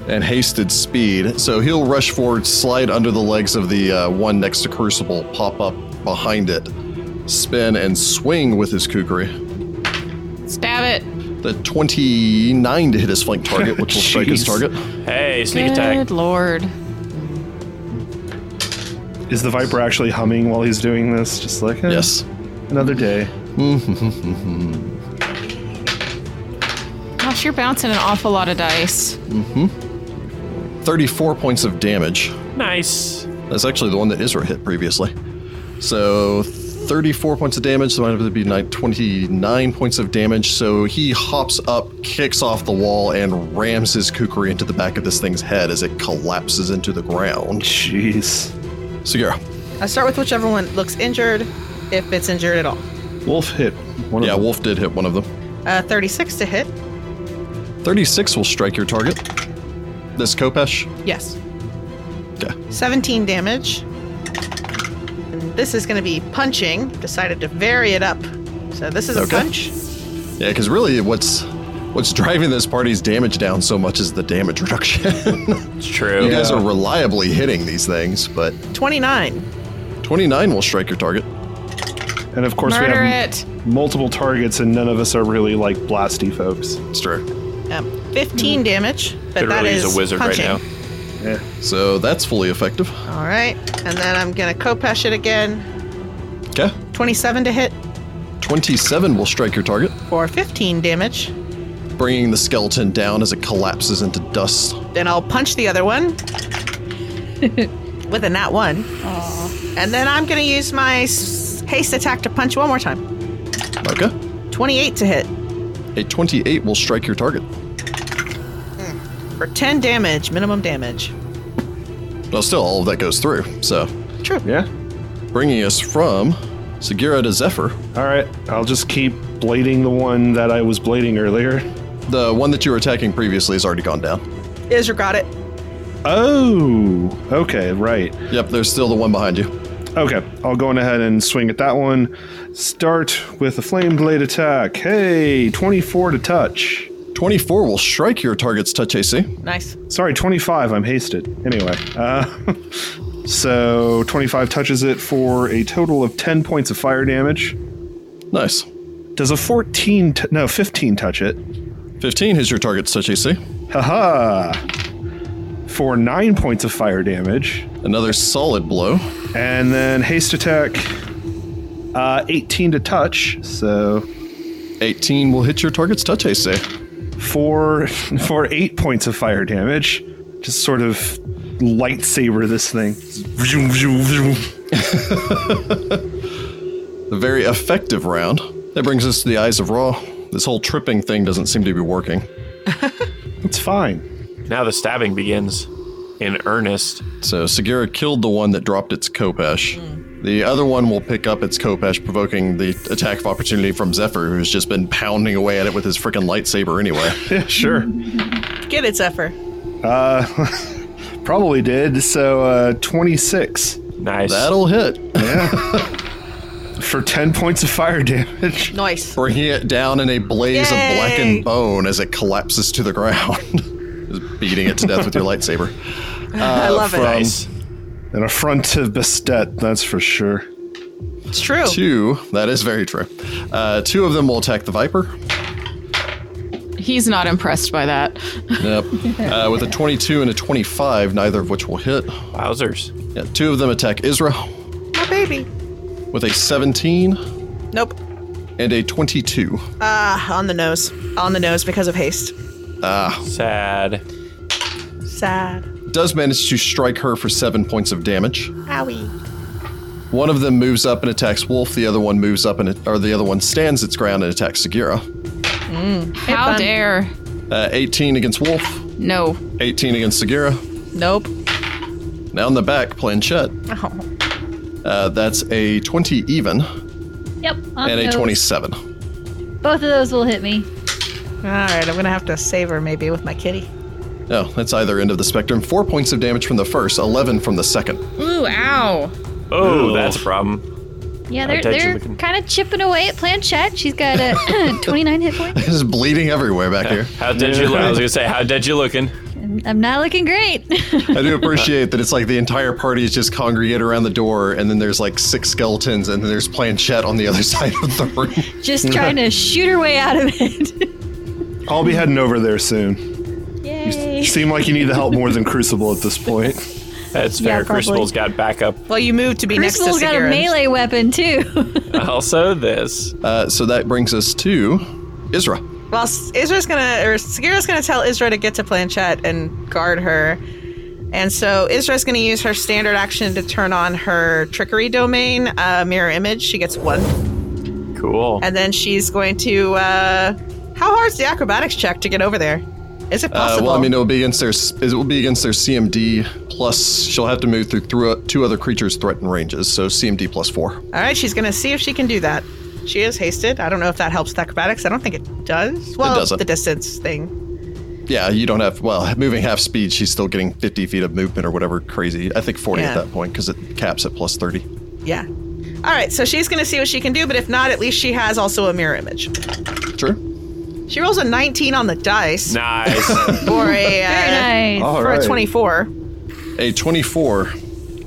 Speaker 1: and hasted speed, so he'll rush forward, slide under the legs of the uh, one next to Crucible, pop up behind it, spin and swing with his kukri.
Speaker 2: Stab it.
Speaker 1: The 29 to hit his flank target, which will strike his
Speaker 6: Jeez.
Speaker 1: target.
Speaker 5: Hey, sneak attack.
Speaker 2: Good lord.
Speaker 6: Is the Viper actually humming while he's doing this? Just like, eh,
Speaker 1: Yes.
Speaker 6: another day.
Speaker 2: Gosh, you're bouncing an awful lot of dice.
Speaker 1: 34 points of damage.
Speaker 5: Nice.
Speaker 1: That's actually the one that Isra hit previously. So 34 points of damage, so that'd be nine- 29 points of damage. So he hops up, kicks off the wall, and rams his kukri into the back of this thing's head as it collapses into the ground.
Speaker 6: Jeez.
Speaker 1: Segura.
Speaker 4: I start with whichever one looks injured, if it's injured at all.
Speaker 6: Wolf hit one
Speaker 1: Yeah,
Speaker 6: of them.
Speaker 1: Wolf did hit one of them.
Speaker 4: Uh, 36 to hit.
Speaker 1: 36 will strike your target. This Kopesh.
Speaker 4: Yes.
Speaker 1: Okay.
Speaker 4: 17 damage. And this is going to be punching. Decided to vary it up. So this is
Speaker 1: Okay.
Speaker 4: a punch.
Speaker 1: Yeah, because really what's what's driving this party's damage down so much is the damage reduction.
Speaker 5: It's true.
Speaker 1: you guys
Speaker 6: Yeah.
Speaker 1: are reliably hitting these things, but
Speaker 4: 29.
Speaker 1: 29 will strike your target.
Speaker 6: And of course,
Speaker 2: Murder
Speaker 6: we have
Speaker 2: it.
Speaker 6: multiple targets, and none of us are really like blasty folks.
Speaker 1: It's true.
Speaker 4: Um, 15 damage. But
Speaker 5: Could
Speaker 4: that
Speaker 5: really
Speaker 4: is
Speaker 5: use a wizard
Speaker 4: punching.
Speaker 5: right
Speaker 6: Yeah.
Speaker 1: So that's fully effective.
Speaker 4: All right. And then I'm going to Kopesh it again.
Speaker 1: Okay.
Speaker 4: 27 to hit
Speaker 1: 27 will strike your target,
Speaker 4: for 15 damage.
Speaker 1: bringing the skeleton down as it collapses into dust.
Speaker 4: Then I'll punch the other one with a nat one. And then I'm going to use my s- haste attack to punch one more time.
Speaker 1: Okay.
Speaker 4: 28 to hit
Speaker 1: A 28 will strike your target.
Speaker 4: for 10 damage, minimum damage.
Speaker 1: Well, still, all of that goes through. So,
Speaker 4: True.
Speaker 6: Yeah.
Speaker 1: bringing us from Segura to Zephyr,
Speaker 6: All right. I'll just keep blading the one that I was blading earlier.
Speaker 1: the one that you were attacking previously has already gone down.
Speaker 4: Isra got it.
Speaker 6: Oh, okay, right.
Speaker 1: Yep, there's still the one behind you.
Speaker 6: Okay, I'll go on ahead and swing at that one. Start with a flame blade attack. Hey, 24 to touch.
Speaker 1: 24 will strike your target's touch AC.
Speaker 4: Nice.
Speaker 6: Sorry, 25. I'm hasted. Anyway, uh, so 25 touches it for a total of 10 points of fire damage.
Speaker 1: Nice.
Speaker 6: Does a 14, t- no, 15 touch it?
Speaker 1: 15 hits your target's touch AC.
Speaker 6: Haha! For 9 points of fire damage.
Speaker 1: Another solid blow.
Speaker 6: And then haste attack, uh, 18 to touch. So
Speaker 1: 18 will hit your target's touch AC.
Speaker 6: for for eight points of fire damage. Just sort of lightsaber this thing. Vroom, vroom, vroom.
Speaker 1: A very effective round. That brings us to the eyes of Raw. This whole tripping thing doesn't seem to be working.
Speaker 6: It's fine.
Speaker 5: Now the stabbing begins in earnest.
Speaker 1: So Segura killed the one that dropped its Kopesh. The other one will pick up its Kopesh, provoking the attack of opportunity from Zephyr, who's just been pounding away at it with his freaking lightsaber anyway.
Speaker 6: Yeah, sure. Uh,
Speaker 4: Get it, Zephyr.
Speaker 6: Probably did. So uh, 26
Speaker 5: Nice.
Speaker 1: That'll hit,
Speaker 6: for 10 points of fire damage.
Speaker 4: Nice.
Speaker 1: bringing it down in a blaze
Speaker 4: Yay!
Speaker 1: of blackened bone as it collapses to the ground. just beating it to death with your lightsaber.
Speaker 4: I love it.
Speaker 5: nice.
Speaker 6: An affront to Bastet, that's for sure.
Speaker 4: It's true.
Speaker 1: Two, that is very true. Uh, two of them will attack the Viper.
Speaker 2: He's not impressed by that.
Speaker 1: Yep. Uh, with a 22 and a 25, neither of which will hit.
Speaker 5: Wowzers.
Speaker 1: Yeah, two of them attack Israel
Speaker 4: My baby.
Speaker 1: with a 17
Speaker 4: Nope.
Speaker 1: and a 22.
Speaker 4: Ah, on the nose. On the nose because of haste.
Speaker 5: Sad.
Speaker 4: Sad.
Speaker 1: Does manage to strike her for seven points of damage.
Speaker 4: Owie.
Speaker 1: One of them moves up and attacks Wolf. The other one moves up and or the other one stands its ground and attacks Segura.
Speaker 2: How dare?
Speaker 1: Uh, 18 against Wolf.
Speaker 2: No.
Speaker 1: 18 against Segura.
Speaker 4: Nope.
Speaker 1: Now in the back, planchette.
Speaker 4: Oh.
Speaker 1: Uh, that's a 20 even
Speaker 3: Yep. on
Speaker 1: and a
Speaker 3: those.
Speaker 1: 27.
Speaker 3: Both of those will hit me.
Speaker 4: All right, I'm gonna have to save her maybe with my kitty.
Speaker 1: No, Oh, that's either end of the spectrum. Four points of damage from the first, 11 from the second.
Speaker 2: Ooh, ow.
Speaker 5: Oh,
Speaker 6: Ooh.
Speaker 5: that's a problem.
Speaker 3: Yeah, they're
Speaker 5: Attention,
Speaker 3: they're
Speaker 5: looking.
Speaker 3: kind of chipping away at Planchette. She's got a 29 hit points.
Speaker 1: There's bleeding everywhere back here.
Speaker 5: How did you? I was gonna say, how did you looking?
Speaker 3: I'm not looking great.
Speaker 1: I do appreciate that it's like the entire party is just congregated around the door, and then there's like six skeletons, and then there's planchette on the other side of the room.
Speaker 3: Just trying to shoot her way out of it.
Speaker 6: I'll be heading over there soon.
Speaker 3: Yay.
Speaker 6: Seem like you need the help more than Crucible at this point.
Speaker 5: That's
Speaker 7: Yeah,
Speaker 5: fair.
Speaker 7: probably.
Speaker 5: Crucible's got backup.
Speaker 4: Well, you moved to be
Speaker 3: Crucible's
Speaker 4: next to
Speaker 3: got
Speaker 4: Segura.
Speaker 3: a melee weapon too.
Speaker 5: Also, this.
Speaker 1: Uh, so that brings us to Isra. Uh,
Speaker 4: Well, S- Isra's gonna or Segura's gonna tell Isra to get to Planchette and guard her. And so Isra's going to use her standard action to turn on her trickery domain, uh, mirror image. She gets one.
Speaker 5: Cool.
Speaker 4: And then she's going to. Uh, how hard's the acrobatics check to get over there? Is it
Speaker 1: Uh,
Speaker 4: possible?
Speaker 1: well, I mean, it will be against their it will be against their CMD plus. She'll have to move through, through two other creatures' threatened ranges, so CMD plus four.
Speaker 4: All right, she's going to see if she can do that. She is hasted. I don't know if that helps with acrobatics. I don't think it does. Well,
Speaker 1: doesn't.
Speaker 4: the distance thing.
Speaker 1: Yeah, you don't have well moving half speed. She's still getting 50 feet of movement or whatever crazy. I think 40 at
Speaker 4: Yeah.
Speaker 1: that point because it caps at plus 30.
Speaker 4: Yeah. All right, so she's going to see what she can do, but if not, at least she has also a mirror image.
Speaker 1: Sure.
Speaker 4: She rolls a 19 on the dice
Speaker 5: Nice.
Speaker 4: for a uh,
Speaker 7: Very nice.
Speaker 6: All
Speaker 4: for
Speaker 6: right.
Speaker 4: a 24.
Speaker 1: A 24.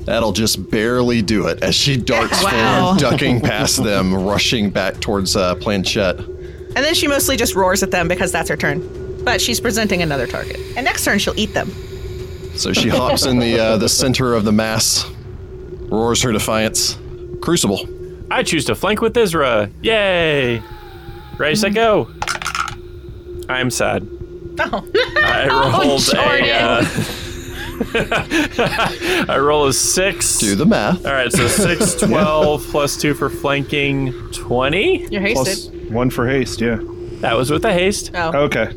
Speaker 1: That'll just barely do it as she darts
Speaker 2: Wow.
Speaker 1: forward, ducking past them, rushing back towards uh, Planchette.
Speaker 4: And then she mostly just roars at them because that's her turn. But she's presenting another target. And next turn she'll eat them.
Speaker 1: So she hops in the uh, the center of the mass, roars her defiance. Crucible.
Speaker 5: I choose to flank with Isra. Yay! Ready, set, go. I'm sad.
Speaker 4: Oh.
Speaker 5: I rolled a. uh, I roll a six.
Speaker 1: Do the math.
Speaker 5: All right, so six, 12, plus two for flanking, 20.
Speaker 4: You're hasted.
Speaker 6: Plus one for haste, yeah.
Speaker 5: That was with the haste.
Speaker 4: oh.
Speaker 6: Okay.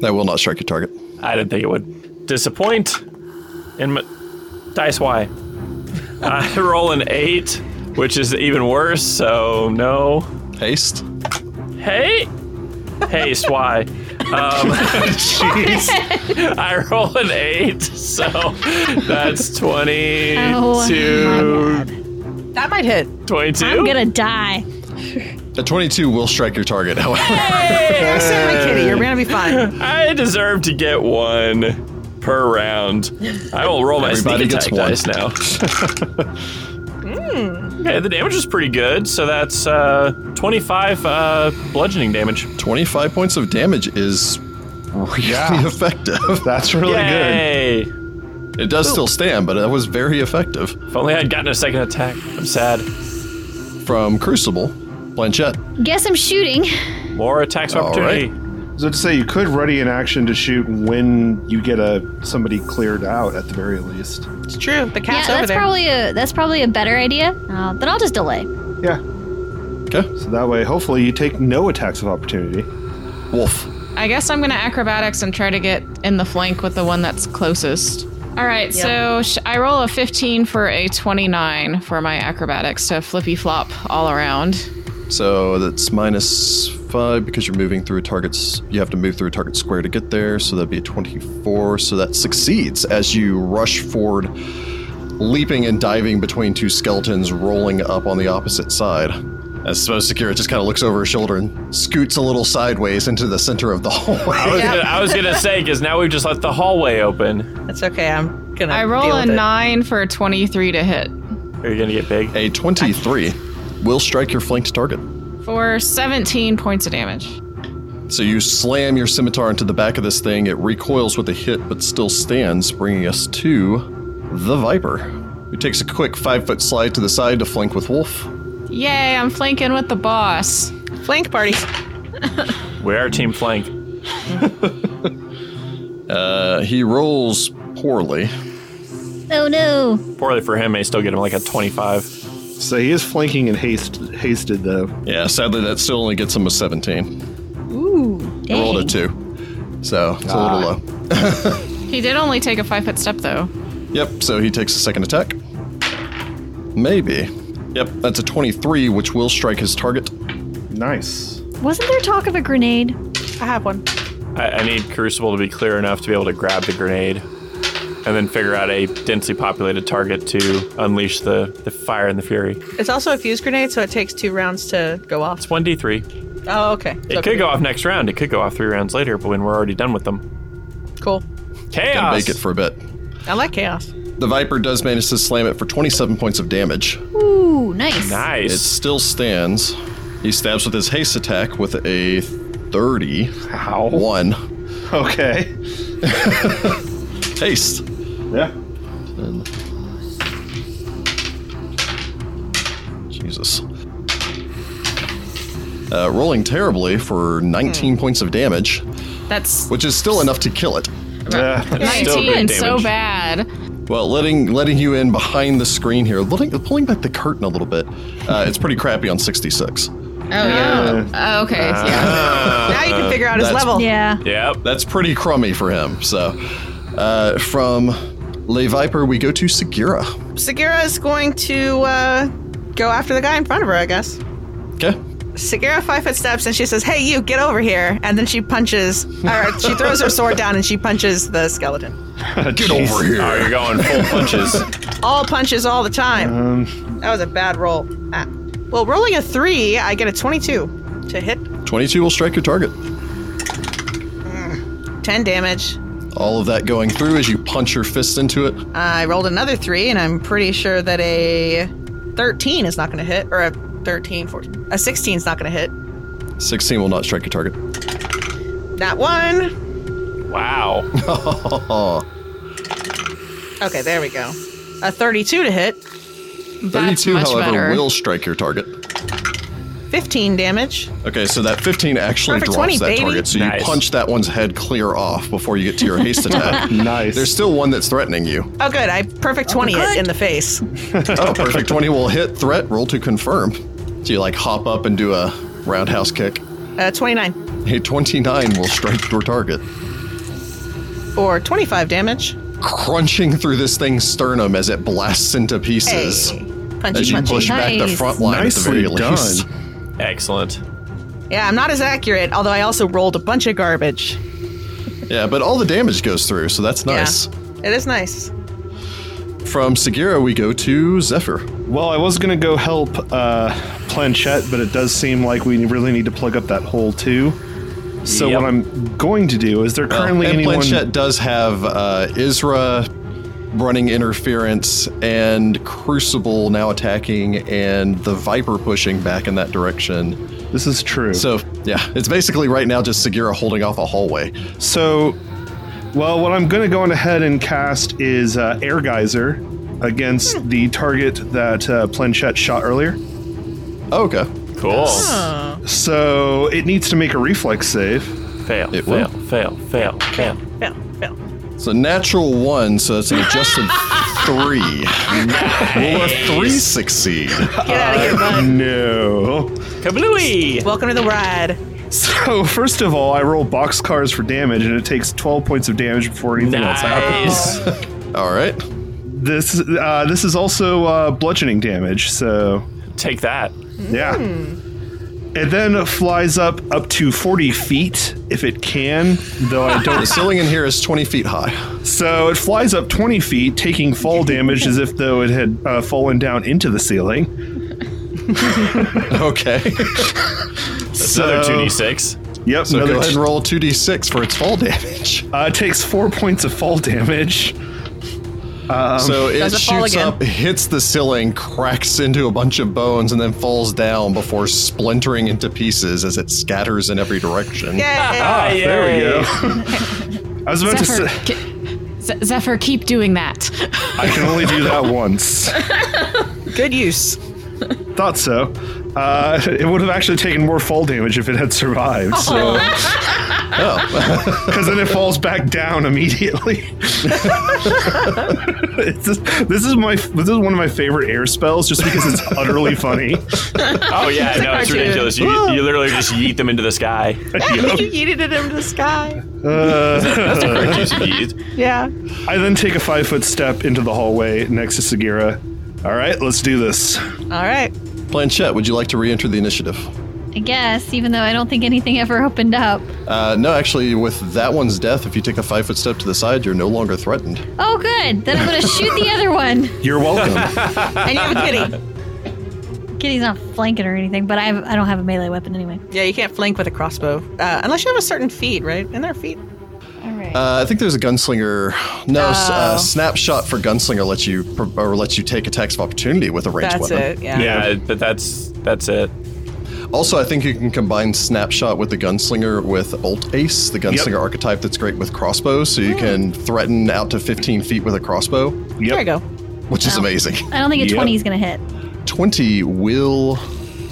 Speaker 1: That will not strike your target.
Speaker 5: I didn't think it would disappoint. And my, dice why? I roll an eight, which is even worse. So no.
Speaker 1: Haste.
Speaker 5: Hey, haste why? Jeez. I roll an eight, so that's 22.
Speaker 3: Oh, my
Speaker 4: That might hit.
Speaker 5: 22?
Speaker 7: I'm gonna die.
Speaker 1: A 22 will strike your target, however.
Speaker 4: I said my kitty. You're gonna be fine.
Speaker 5: I deserve to get one per round. I will roll my
Speaker 1: Everybody gets
Speaker 5: sneak attack
Speaker 1: one.
Speaker 5: dice now. Okay, the damage is pretty good, so that's uh, 25 uh, bludgeoning damage.
Speaker 1: 25 points of damage is really
Speaker 6: Yeah.
Speaker 1: effective.
Speaker 6: That's really good.
Speaker 5: Yay!
Speaker 1: It does still stand, but that was very effective.
Speaker 5: If only I'd gotten a second attack. I'm sad.
Speaker 1: From Crucible, Blanchette.
Speaker 3: god. Guess I'm shooting.
Speaker 5: More attacks of
Speaker 1: All
Speaker 5: opportunity.
Speaker 6: So to say, you could ready an action to shoot when you get a somebody cleared out at the very least.
Speaker 4: It's true. The
Speaker 3: Yeah,
Speaker 4: cat's over
Speaker 3: that's
Speaker 4: there.
Speaker 3: probably a that's probably a better idea. Uh, then I'll just delay.
Speaker 6: Yeah.
Speaker 1: Okay.
Speaker 6: So that way, hopefully, you take no attacks of opportunity.
Speaker 1: Wolf.
Speaker 2: I guess I'm gonna acrobatics and try to get in the flank with the one that's closest. All right, so sh- I roll a 15 for a 29 for my acrobatics to flippy flop all around.
Speaker 1: So that's minus five because you're moving through targets. You have to move through a target square to get there. So that'd be a 24. So that succeeds as you rush forward, leaping and diving between two skeletons rolling up on the opposite side. As Smo Secure just kind of looks over his shoulder and scoots a little sideways into the center of the hallway.
Speaker 5: I, was gonna, I was gonna say, because now we've just left the hallway open.
Speaker 4: That's okay. I'm gonna.
Speaker 2: I roll
Speaker 4: deal
Speaker 2: a
Speaker 4: with it.
Speaker 2: 9 for a 23 to hit
Speaker 5: Are you gonna get big?
Speaker 1: A 23 will strike your flanked target.
Speaker 2: for 17 points of damage.
Speaker 1: So you slam your scimitar into the back of this thing. It recoils with a hit, but still stands, bringing us to the Viper, who takes a quick five foot slide to the side to flank with Wolf.
Speaker 2: Yay, I'm flanking with the boss.
Speaker 4: Flank party.
Speaker 5: We are team flank.
Speaker 1: Uh, he rolls poorly.
Speaker 3: Oh no!
Speaker 5: Poorly for him, may still get him like a 25.
Speaker 6: So he is flanking and haste, hasted though.
Speaker 1: Yeah, sadly, that still only gets him a 17. He rolled a
Speaker 3: Dang.
Speaker 1: two, so it's a little low.
Speaker 2: He did only take a five foot step though.
Speaker 1: Yep, so he takes a second attack. Maybe. Yep, that's a 23, which will strike his target.
Speaker 6: Nice.
Speaker 7: Wasn't there talk of a grenade?
Speaker 4: I have one.
Speaker 5: I, I need Crucible to be clear enough to be able to grab the grenade and then figure out a densely populated target to unleash the, the fire and the fury.
Speaker 4: It's also a fuse grenade, so it takes two rounds to go off.
Speaker 5: It's 1d3.
Speaker 4: Oh, okay.
Speaker 5: It could go off next round. It could go off three rounds later, but when we're already done with them.
Speaker 4: Cool.
Speaker 1: Gonna
Speaker 5: Chaos!
Speaker 1: make it for a bit.
Speaker 4: I like chaos.
Speaker 1: The Viper does manage to slam it for 27 points of damage.
Speaker 3: Ooh, nice.
Speaker 1: It
Speaker 5: nice.
Speaker 1: still stands. He stabs with his haste attack with a 31.
Speaker 6: How? Okay.
Speaker 1: Haste.
Speaker 6: Yeah.
Speaker 1: And- Jesus. Uh, rolling terribly for 19 points of damage,
Speaker 2: That's
Speaker 1: which is still enough to kill it.
Speaker 6: Yeah.
Speaker 5: still
Speaker 2: 19,
Speaker 5: good
Speaker 2: so
Speaker 5: damage.
Speaker 2: bad.
Speaker 1: Well, letting letting you in behind the screen here, letting, pulling back the curtain a little bit. Uh, it's pretty crappy on 66.
Speaker 2: Oh, yeah. Oh, okay.
Speaker 5: Uh,
Speaker 2: yeah.
Speaker 4: now you can figure out his
Speaker 1: that's-
Speaker 4: level.
Speaker 7: Yeah.
Speaker 5: Yep.
Speaker 1: that's pretty crummy for him. So, uh, from Le Viper, we go to Segura.
Speaker 4: Segura is going to uh, go after the guy in front of her, I guess.
Speaker 1: Okay.
Speaker 4: Segura five foot steps and she says, "Hey, you, get over here!" And then she punches. Or she throws her sword down and she punches the skeleton.
Speaker 1: Get over
Speaker 5: Oh,
Speaker 1: here.
Speaker 5: you're going full punches.
Speaker 4: All punches, all the time. That was a bad roll. Ah. Well, rolling a three, I get a twenty-two to hit
Speaker 1: 22 will strike your target.
Speaker 4: ten damage.
Speaker 1: All of that going through as you punch your fist into it.
Speaker 4: I rolled another three, and I'm pretty sure that a 13 is not going to hit, or a 13, 14, a 16 is not going to hit.
Speaker 1: 16 will not strike your target.
Speaker 4: That one.
Speaker 5: Wow.
Speaker 4: Okay, there we go. A 32 to hit,
Speaker 2: That's
Speaker 1: 32,
Speaker 2: much
Speaker 1: however,
Speaker 2: better.
Speaker 1: will strike your target.
Speaker 4: 15 damage.
Speaker 1: Okay, so that 15 actually
Speaker 4: Perfect
Speaker 1: drops
Speaker 4: 20,
Speaker 1: that
Speaker 4: baby.
Speaker 1: target. So
Speaker 5: Nice.
Speaker 1: you punch that one's head clear off before you get to your haste attack.
Speaker 6: Nice.
Speaker 1: There's still one that's threatening you.
Speaker 4: Oh, good. I perfect 20 it in the face.
Speaker 1: Oh, perfect 20 will hit threat. Roll to confirm. So you like hop up and do a roundhouse kick.
Speaker 4: Uh, 29
Speaker 1: A 29 will strike your target.
Speaker 4: for 25 damage.
Speaker 1: crunching through this thing's sternum as it blasts into
Speaker 4: Hey.
Speaker 1: pieces.
Speaker 4: Punchy,
Speaker 1: As you
Speaker 4: punchy.
Speaker 1: push back the
Speaker 7: Nice.
Speaker 1: front line at the
Speaker 6: Nicely
Speaker 1: very least.
Speaker 6: done.
Speaker 5: Excellent.
Speaker 4: Yeah, I'm not as accurate, although I also rolled a bunch of garbage.
Speaker 1: Yeah, but all the damage goes through, so that's nice.
Speaker 4: Yeah. It is nice.
Speaker 1: From Sagira, we go to Zephyr.
Speaker 6: Well, I was gonna go help uh, Planchette, but it does seem like we really need to plug up that hole too. So
Speaker 5: Yep.
Speaker 6: what I'm going to do is there currently
Speaker 1: and
Speaker 6: anyone?
Speaker 1: Planchette does have uh, Isra running interference and Crucible now attacking and the Viper pushing back in that direction.
Speaker 6: This is true.
Speaker 1: So, yeah, it's basically right now just Sagira holding off a hallway.
Speaker 6: So, well, what I'm going to go on ahead and cast is uh, Air Geyser against the target that uh, Planchette shot earlier.
Speaker 1: Oh, okay.
Speaker 5: Cool.
Speaker 6: So it needs to make a reflex save.
Speaker 5: Fail,
Speaker 1: It will.
Speaker 5: fail, fail, fail, fail.
Speaker 4: Fail, fail.
Speaker 1: So, natural one, so that's an adjusted three. Will a three succeed?
Speaker 4: Get out
Speaker 1: Uh.
Speaker 4: of here, bud.
Speaker 6: No.
Speaker 5: Kablooey!
Speaker 4: Welcome to the ride.
Speaker 6: So first of all, I roll boxcars for damage, and it takes 12 points of damage before anything else happens.
Speaker 5: Nice.
Speaker 1: All right.
Speaker 6: This uh, this is also uh, bludgeoning damage. So
Speaker 5: Take that.
Speaker 6: Yeah. It then flies up up to 40 feet if it can, though I
Speaker 1: The
Speaker 6: don't.
Speaker 1: ceiling in here is 20 feet high.
Speaker 6: so it flies up 20 feet, taking fall damage as if though it had uh, fallen down into the ceiling.
Speaker 1: Okay.
Speaker 5: So,
Speaker 6: Oh.
Speaker 5: Another 2d6.
Speaker 6: Yep.
Speaker 1: So
Speaker 6: another
Speaker 1: go ahead
Speaker 6: t-
Speaker 1: and roll 2d6 for its fall damage.
Speaker 6: uh, it takes four points of fall damage. Um,
Speaker 1: so it
Speaker 4: Does it fall
Speaker 1: shoots
Speaker 4: again?
Speaker 1: up, hits the ceiling, cracks into a bunch of bones, and then falls down before splintering into pieces as it scatters in every direction.
Speaker 4: Yay.
Speaker 1: Ah,
Speaker 6: There we
Speaker 5: Yay.
Speaker 6: go. I was about
Speaker 2: Zephyr,
Speaker 6: to say,
Speaker 2: ki- Z- Zephyr, keep doing that.
Speaker 6: I can only do that once.
Speaker 4: Good use.
Speaker 6: Thought so. Uh, it would have actually taken more fall damage if it had survived. So,
Speaker 1: Oh.
Speaker 6: because then it falls back down immediately. It's just- this is my this is one of my favorite air spells, just because it's utterly funny.
Speaker 5: Oh, yeah, no, it's
Speaker 2: cartoon.
Speaker 5: ridiculous. You, you literally just yeet them into the sky.
Speaker 4: you yeeted it into the sky.
Speaker 5: That's the correct use of yeet.
Speaker 4: Yeah.
Speaker 6: I then take a five foot step into the hallway next to Sagira. All right, let's do this.
Speaker 4: All right.
Speaker 1: Planchette, would you like to re enter the initiative?
Speaker 7: I guess, even though I don't think anything ever opened up.
Speaker 1: Uh, no, actually, with that one's death, if you take a five foot step to the side, you're no longer threatened.
Speaker 7: Oh, good. Then I'm going to shoot the other one.
Speaker 6: You're welcome.
Speaker 4: And you have a kitty.
Speaker 7: Kitty's not flanking or anything, but I, have, I don't have a melee weapon anyway.
Speaker 4: Yeah, you can't flank with a crossbow. Uh, unless you have a certain feat, right? In their feet.
Speaker 3: All right.
Speaker 1: Uh, I think there's a gunslinger. No, s- uh,
Speaker 4: Oh.
Speaker 1: snapshot for gunslinger lets you pr- or lets you take attacks of opportunity with a ranged
Speaker 4: That's
Speaker 1: weapon.
Speaker 4: it. Yeah.
Speaker 5: Yeah, but that's that's it.
Speaker 1: Also, I think you can combine Snapshot with the Gunslinger with Alt Ace, the Gunslinger
Speaker 6: Yep.
Speaker 1: archetype that's great with crossbows. So you can
Speaker 7: Hmm.
Speaker 1: threaten out to 15 feet with a crossbow,
Speaker 4: There you go.
Speaker 1: which is amazing.
Speaker 7: I don't think a
Speaker 6: Yep.
Speaker 7: 20 is going to hit.
Speaker 1: 20 will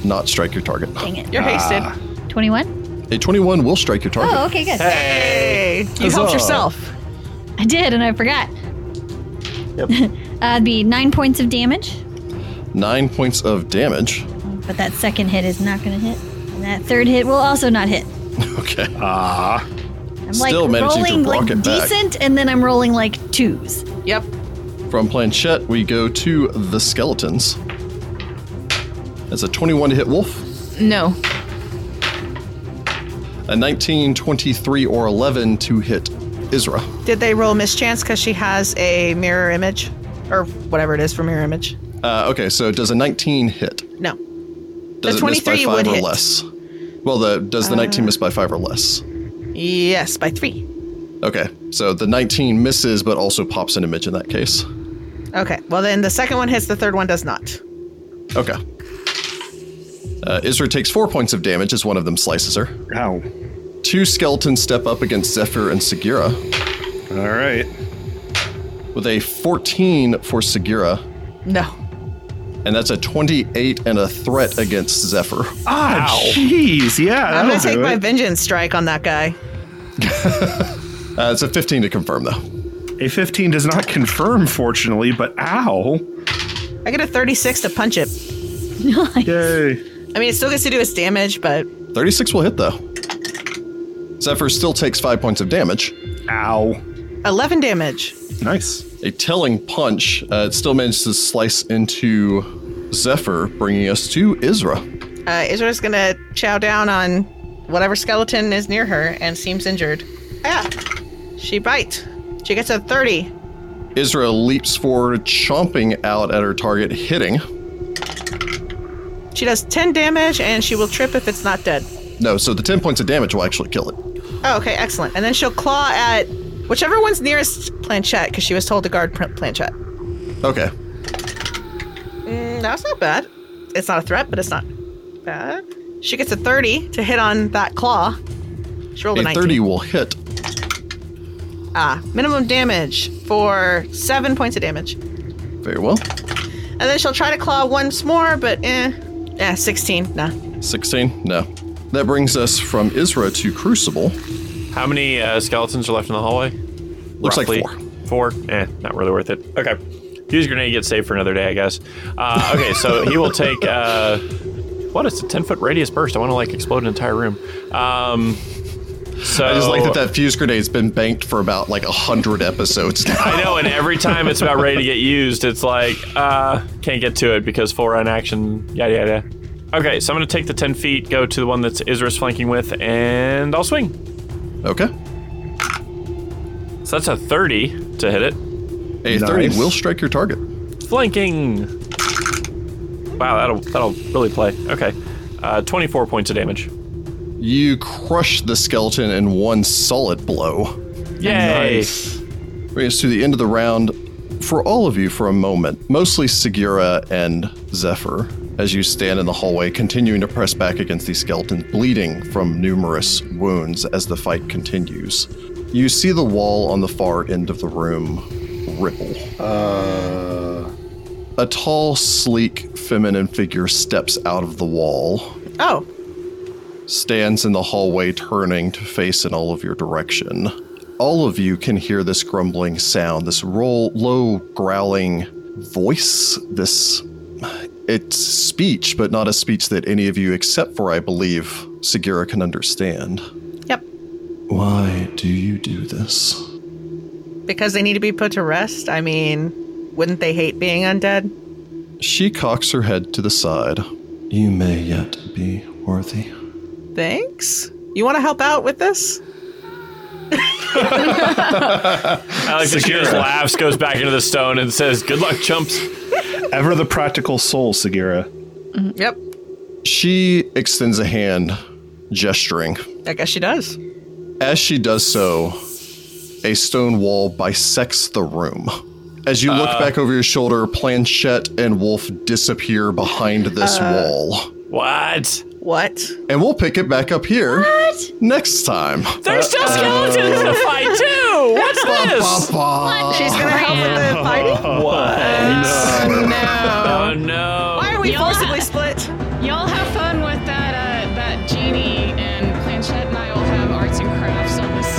Speaker 1: not strike your target.
Speaker 7: Dang it.
Speaker 4: You're
Speaker 1: Ah.
Speaker 4: hasted.
Speaker 7: 21?
Speaker 1: A 21 will strike your target.
Speaker 7: Oh, okay, good.
Speaker 4: Hey. You helped yourself.
Speaker 7: I did, and I forgot. Yep. uh, it'd be nine points of damage,
Speaker 1: Nine points of damage.
Speaker 7: but that second hit is not going to hit. And that third hit will also not hit.
Speaker 1: Okay.
Speaker 7: I'm
Speaker 1: Still
Speaker 7: like
Speaker 1: managing to
Speaker 7: rolling
Speaker 1: block
Speaker 7: like
Speaker 1: it back.
Speaker 7: decent, and then I'm rolling like twos.
Speaker 4: Yep.
Speaker 1: From Planchette, we go to the Skeletons. That's a 21 to hit Wolf,
Speaker 2: no.
Speaker 1: a 19, 23, or 11 to hit Isra.
Speaker 4: Did they roll mischance because she has a mirror image? Or whatever it is for mirror image?
Speaker 1: Uh, okay, so does a 19 hit?
Speaker 4: No.
Speaker 1: Does
Speaker 4: The
Speaker 1: it miss by
Speaker 4: 23
Speaker 1: five
Speaker 4: would
Speaker 1: or
Speaker 4: hit.
Speaker 1: less? Well, the does the 19 miss by five or less?
Speaker 4: Yes, by three.
Speaker 1: Okay, so the 19 misses, but also pops an image in that case.
Speaker 4: Okay. Well, then the second one hits, the third one does not.
Speaker 1: Okay. Uh, Isra takes four points of damage as one of them slices her.
Speaker 6: Ow.
Speaker 1: Two skeletons step up against Zephyr and Sagira
Speaker 6: All right.
Speaker 1: with a 14 for Sagira,
Speaker 4: No.
Speaker 1: and that's a 28 and a threat against Zephyr.
Speaker 6: Ah, jeez. Yeah,
Speaker 4: I'm
Speaker 6: that'll
Speaker 4: going to take
Speaker 6: do
Speaker 4: my
Speaker 6: it.
Speaker 4: vengeance strike on that guy.
Speaker 1: Uh, it's a 15 to confirm, though.
Speaker 6: A 15 does not confirm, fortunately, but ow.
Speaker 4: I get a 36 to punch it.
Speaker 6: Yay.
Speaker 4: I mean, it still gets to do its damage, but
Speaker 1: 36 will hit, though. Zephyr still takes five points of damage.
Speaker 6: Ow.
Speaker 4: 11 damage.
Speaker 6: Nice.
Speaker 1: a telling punch. Uh, it still manages to slice into Zephyr, bringing us to Isra.
Speaker 4: Uh, Isra's gonna chow down on whatever skeleton is near her and seems injured. Ah, she bites. She gets a 30.
Speaker 1: Israel leaps forward, chomping out at her target, hitting.
Speaker 4: She does 10 damage and she will trip if it's not dead.
Speaker 1: No, so the 10 points of damage will actually kill it.
Speaker 4: Oh, okay, excellent. And then she'll claw at whichever one's nearest Planchette because she was told to guard Pl- Planchette.
Speaker 1: Okay.
Speaker 4: Mm, that's not bad. It's not a threat, but it's not bad. She gets a 30 to hit on that claw. She rolled a,
Speaker 1: A
Speaker 4: 19.
Speaker 1: 30 will hit.
Speaker 4: Ah, minimum damage for seven points of damage.
Speaker 1: Very well.
Speaker 4: And then she'll try to claw once more, but eh. Eh, 16. Nah.
Speaker 1: 16? No. That brings us from Isra to Crucible.
Speaker 5: How many uh, skeletons are left in the hallway?
Speaker 1: Looks like
Speaker 5: Roughly.
Speaker 1: four.
Speaker 5: Four? Eh, not really worth it. Okay. Fuse grenade gets saved for another day, I guess. Uh, okay, so he will take. Uh, what is a 10 foot radius burst? I want to like explode an entire room. Um, so
Speaker 1: I just like
Speaker 5: Oh.
Speaker 1: that that fuse grenade's been banked for about like a hundred episodes now.
Speaker 5: I know, and every time it's about ready to get used, it's like, uh, can't get to it because full run action, yada yada. Okay, so I'm gonna take the 10 feet, go to the one that's Isra's flanking with, and I'll swing.
Speaker 1: Okay.
Speaker 5: So that's a 30 to hit it.
Speaker 1: A 30
Speaker 6: Nice.
Speaker 1: will strike your target.
Speaker 5: Flanking! Wow, that'll, that'll really play. Okay, uh, 24 points of damage.
Speaker 1: You crush the skeleton in one solid blow.
Speaker 5: Yay!
Speaker 1: Brings us to the end of the round. For all of you, for a moment, mostly Segura and Zephyr, as you stand in the hallway, continuing to press back against these skeletons, bleeding from numerous wounds as the fight continues. You see the wall on the far end of the room ripple.
Speaker 8: Uh,
Speaker 1: A tall, sleek, feminine figure steps out of the wall,
Speaker 4: Oh,
Speaker 1: stands in the hallway, turning to face in all of your direction. All of you can hear this grumbling sound, this roll, low, growling voice. This. It's speech, but not a speech that any of you, except for, I believe, Segura can understand.
Speaker 4: yep.
Speaker 1: Why do you do this?
Speaker 4: Because they need to be put to rest. I mean, wouldn't they hate being undead?
Speaker 1: She cocks her head to the side. You may yet be worthy.
Speaker 4: Thanks. You want to help out with this?
Speaker 5: Alex just hears laughs, goes back into the stone, and says, Good luck, chumps.
Speaker 6: Ever the practical soul, Sagira.
Speaker 4: Yep.
Speaker 1: She extends a hand, gesturing.
Speaker 4: I guess she does.
Speaker 1: As she does so, a stone wall bisects the room. As you look back over your shoulder, Planchette and Wolf disappear behind this wall.
Speaker 5: What?
Speaker 4: What?
Speaker 1: And we'll pick it back up here next time.
Speaker 5: There's still skeletons in the fight, too! What's this?
Speaker 1: Ba-ba.
Speaker 4: She's going to help with the fighting?
Speaker 2: no.
Speaker 5: Oh, no.
Speaker 4: Why are we
Speaker 2: Y'all-
Speaker 4: forcibly split?
Speaker 2: Y'all have fun with that uh, that genie, and Planchette and I will have arts and crafts on this